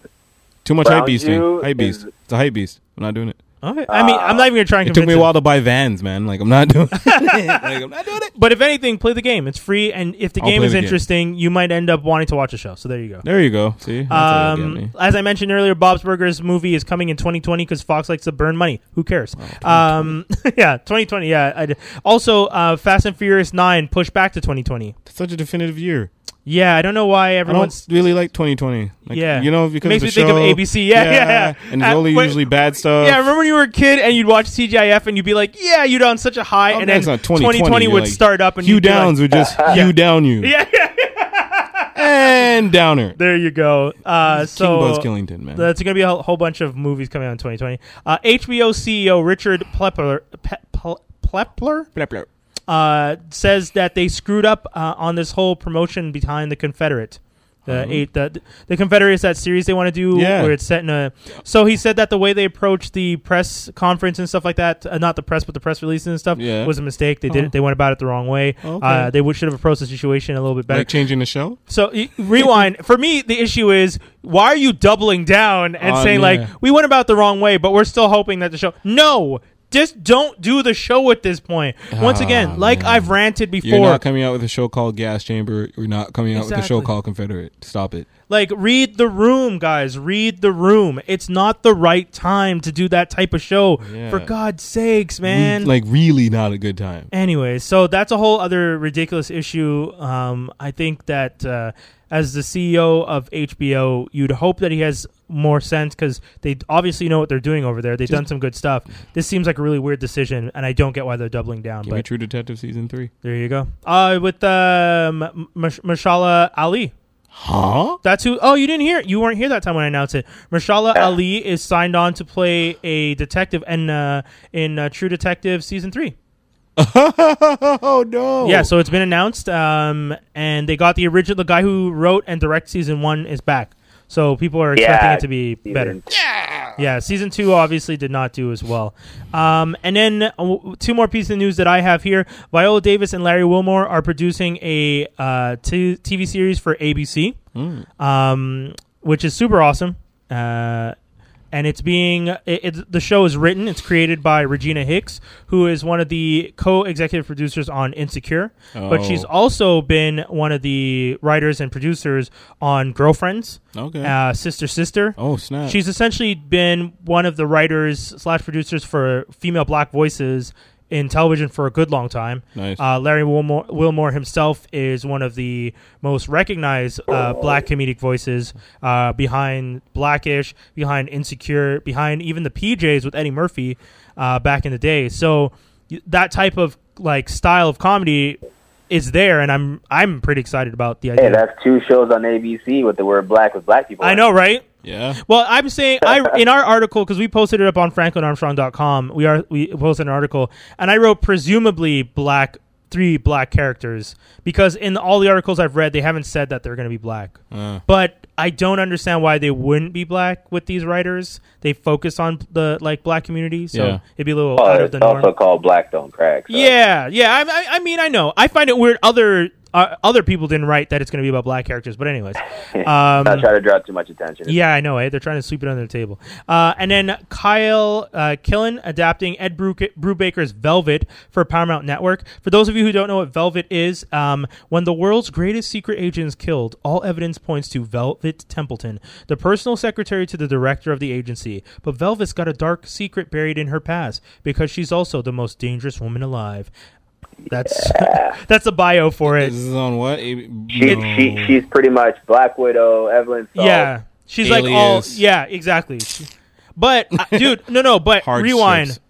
Too much
Brown
hype beasting.
Jew
Hype beast.
is-
It's a hype beast. I'm not doing it.
Okay. I mean,
uh,
I'm not even gonna try and
It
convince
took me a
him.
while to buy Vans, man. Like I'm not doing. it. like I'm not doing it.
But if anything, play the game. It's free, and if the
I'll
game
play
is
the game.
interesting, you might end up wanting to watch a show. So there you go.
There you go. See, That's how you get me.
Um, as I mentioned earlier, Bob's Burgers movie is coming in 2020 because Fox likes to burn money. Who cares? um, yeah, 2020. Yeah. I'd- also, uh, Fast and Furious Nine pushed back to 2020.
It's such a definitive year.
Yeah, I don't know why
I don't
everyone's.
really like 2020. Like,
Yeah.
you know because
Makes
of
me think
the
of
show.
ABC. Yeah, yeah, yeah.
And it's
Uh,
only
wait-
usually bad stuff.
Yeah, I remember when you were a kid and you'd watch TGIF and you'd be like, "Yeah, you on such a high,"
Oh,
and then
that's not 2020,
2020
you're
would
like,
start up and
Hugh
you'd be like-
Downs would just Hugh down you.
yeah, yeah,
and Downer.
there you go. Uh, so
King Buzz Killington, man.
That's going to be a whole- whole bunch of movies coming out in E 2020. Uh, HBO CEO Richard Plepler, Pe- Ple- Plepler uh, says that they screwed up uh, on this whole promotion behind the Confederate. The eight, the, the Confederate is that series they want to do
Uh-huh. Yeah.
where it's set in a. So he said that the way they approached the press conference and stuff like that, uh, not the press, but the press releases and stuff,
Yeah.
was a mistake. They did
Oh.
it. They went about it the wrong way.
Okay.
Uh, they would, should have approached the situation a little bit better.
Like changing the show?
So y- rewind. For me, the issue is why are you doubling down and
Oh,
saying
yeah.
like we went about the wrong way, but we're still hoping that the show. No, just don't do the show at this point. Once
Ah,
again, like
man.
I've ranted
You're
before,
not coming out with a show called Gas Chamber. You're not coming out with a show
Exactly.
called Confederate. Stop it.
like read the room, guys. Read the room. It's not the right time to do that type of show.
Yeah.
For God's sakes, man.
Re- like really not a good time.
Anyway, so that's a whole other ridiculous issue. Um, I think that uh, as the CEO of HBO, you'd hope that he has more sense because they obviously know what they're doing over there. They've done some good stuff. This seems like a really weird decision, and I don't get why they're doubling down.
Give me
But
True Detective season three.
there you go. Uh, with um, M- Mash- Mashallah Ali.
Huh?
That's who. Oh, you didn't hear. it. You weren't here that time when I announced it. Marshala
Yeah.
Ali is signed on to play a detective in uh, in uh, True Detective season three.
oh no.
Yeah, so it's been announced, um, and they got the original. The guy who wrote and directed season one is back, so people are expecting
Yeah,
it to be
season
better. Yeah, season two obviously did not do as well. Um, and then uh, w- two more pieces of news that I have here: Viola Davis and Larry Wilmore are producing a uh, t- TV series for ABC, um, which is super awesome. Uh, and it's being it, it's the show is written. It's created by Regina Hicks, who is one of the co-executive producers on Insecure, but she's
Oh.
also been one of the writers and producers on Girlfriends,
Okay.
uh, Sister Sister.
oh snap.
She's essentially been one of the writers slash producers for female black voices in television for a good long time.
Nice.
Uh, Larry Wilmore, Wilmore himself is one of the most recognized uh, black comedic voices uh, behind Blackish, behind Insecure, behind even the PJs with Eddie Murphy uh, back in the day. So y- that type of like style of comedy is there, and I'm I'm pretty excited about the idea.
Hey, that's two shows on ABC with the word black with black people.
I know, right?
yeah.
Well, I'm saying I in our article because we posted it up on franklinarmstrong.com. We are we posted an article and I wrote presumably black three black characters because in all the articles I've read they haven't said that they're going to be black.
Uh,
But I don't understand why they wouldn't be black with these writers. They focus on the like black community, so
Yeah.
it'd be a little out
Well,
of
Oh, it's
the norm.
also called Black Don't Crack. so-
Yeah, yeah. I, I, I mean, I know. I find it weird. Other uh, other people didn't write that it's going to be about black characters, but anyways. Um,
Not try to draw too much attention.
Yeah, I know. Eh? They're trying to sweep it under the table. Uh, and then Kyle uh, Killen adapting Ed Bru- Brubaker's Velvet for Paramount Network. For those of you who don't know what Velvet is, um, when the world's greatest secret agent is killed, all evidence points to Velvet Templeton, the personal secretary to the director of the agency. But Velvet's got a dark secret buried in her past because she's also the most dangerous woman alive. That's that's a bio for it.
this is on what? A-
She,
no.
she, she's pretty much Black Widow, Evelyn Salt.
Yeah, she's like all.
Alias.
Yeah, exactly. But uh, dude, no, no. But
Hard
rewind.
ships.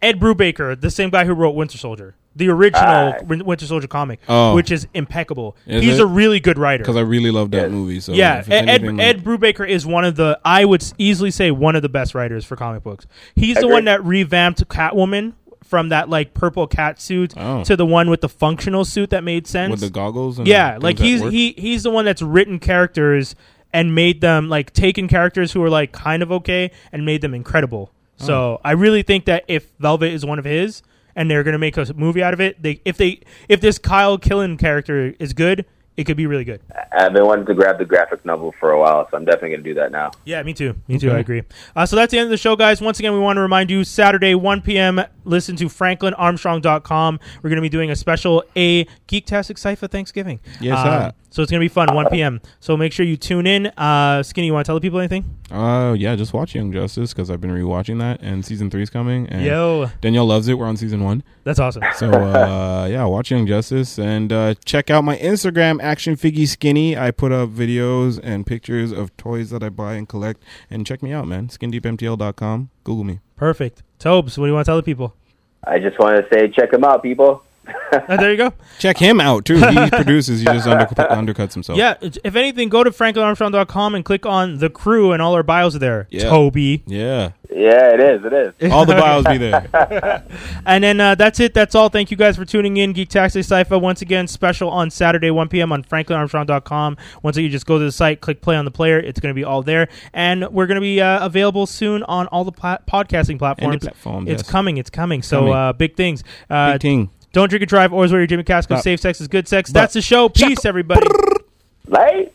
Ed Brubaker, the same guy who wrote Winter Soldier, the original
Ah.
Win- Winter Soldier comic,
Oh.
which is impeccable.
Is
He's
it?
a really good writer.
Because I really love that
Yes.
movie. So
yeah,
if it's
Ed, Ed,
anything like-
Ed Brubaker is one of the I would s- easily say one of the best writers for comic books. He's the
Agreed.
one that revamped Catwoman from that like purple cat suit
Oh.
to the one with the functional suit that made sense
with the goggles. And
yeah
things
like
that
he's
work.
he he's the one that's written characters and made them like taken characters who are like kind of okay and made them incredible
Oh.
so i really think that if velvet is one of his and they're gonna make a movie out of it they if they if this kyle killen character is good it could be really good
I've been wanting to grab the graphic novel for a while, so I'm definitely going to do that now.
Yeah, me too. Me too. I agree. Uh, so that's the end of the show, guys. Once again, we want to remind you Saturday, 1 p.m., listen to franklinarmstrong.com. We're going to be doing a special A Geektastic Cypher Thanksgiving.
Yes,
Uh,
sir.
so it's going to be fun, 1 p.m. So make sure you tune in. Uh, Skinny, you want to tell the people anything?
Uh, yeah, just watch Young Justice because I've been rewatching that, and season three's coming. And
Yo,
Danielle loves it. We're on season one.
that's awesome.
So uh, yeah, watch Young Justice and uh, check out my Instagram, Action Figgy Skinny. I put up videos and pictures of toys that I buy and collect. And check me out, man. SkinDeepMTL.com. Google me.
Perfect. Tobes, what do you want to tell the people?
I just want to say, check them out, people.
Uh, there you go.
Check him out too. He produces. He just under, undercuts himself.
Yeah, it's- if anything, go to franklinarmstrong.com and click on the crew, and all our bios are there.
Yeah.
Toby.
Yeah.
Yeah, it is. It is.
All the bios be there.
And then uh, that's it. That's all. Thank you guys for tuning in. Geek Taxi Cypher, once again, special on Saturday, 1 p.m. on franklinarmstrong.com. Once you just go to the site, click play on the player. It's going to be all there. And we're going to be uh, available soon on all the pla- podcasting platforms.
platforms,
It's
yes.
coming. It's coming. So
Coming.
Uh, big things. Uh,
Big ting.
Don't drink and drive. Always wear your Jimmy Casco.
Bop.
Safe sex is good sex. That's the show. Peace, everybody.
Right?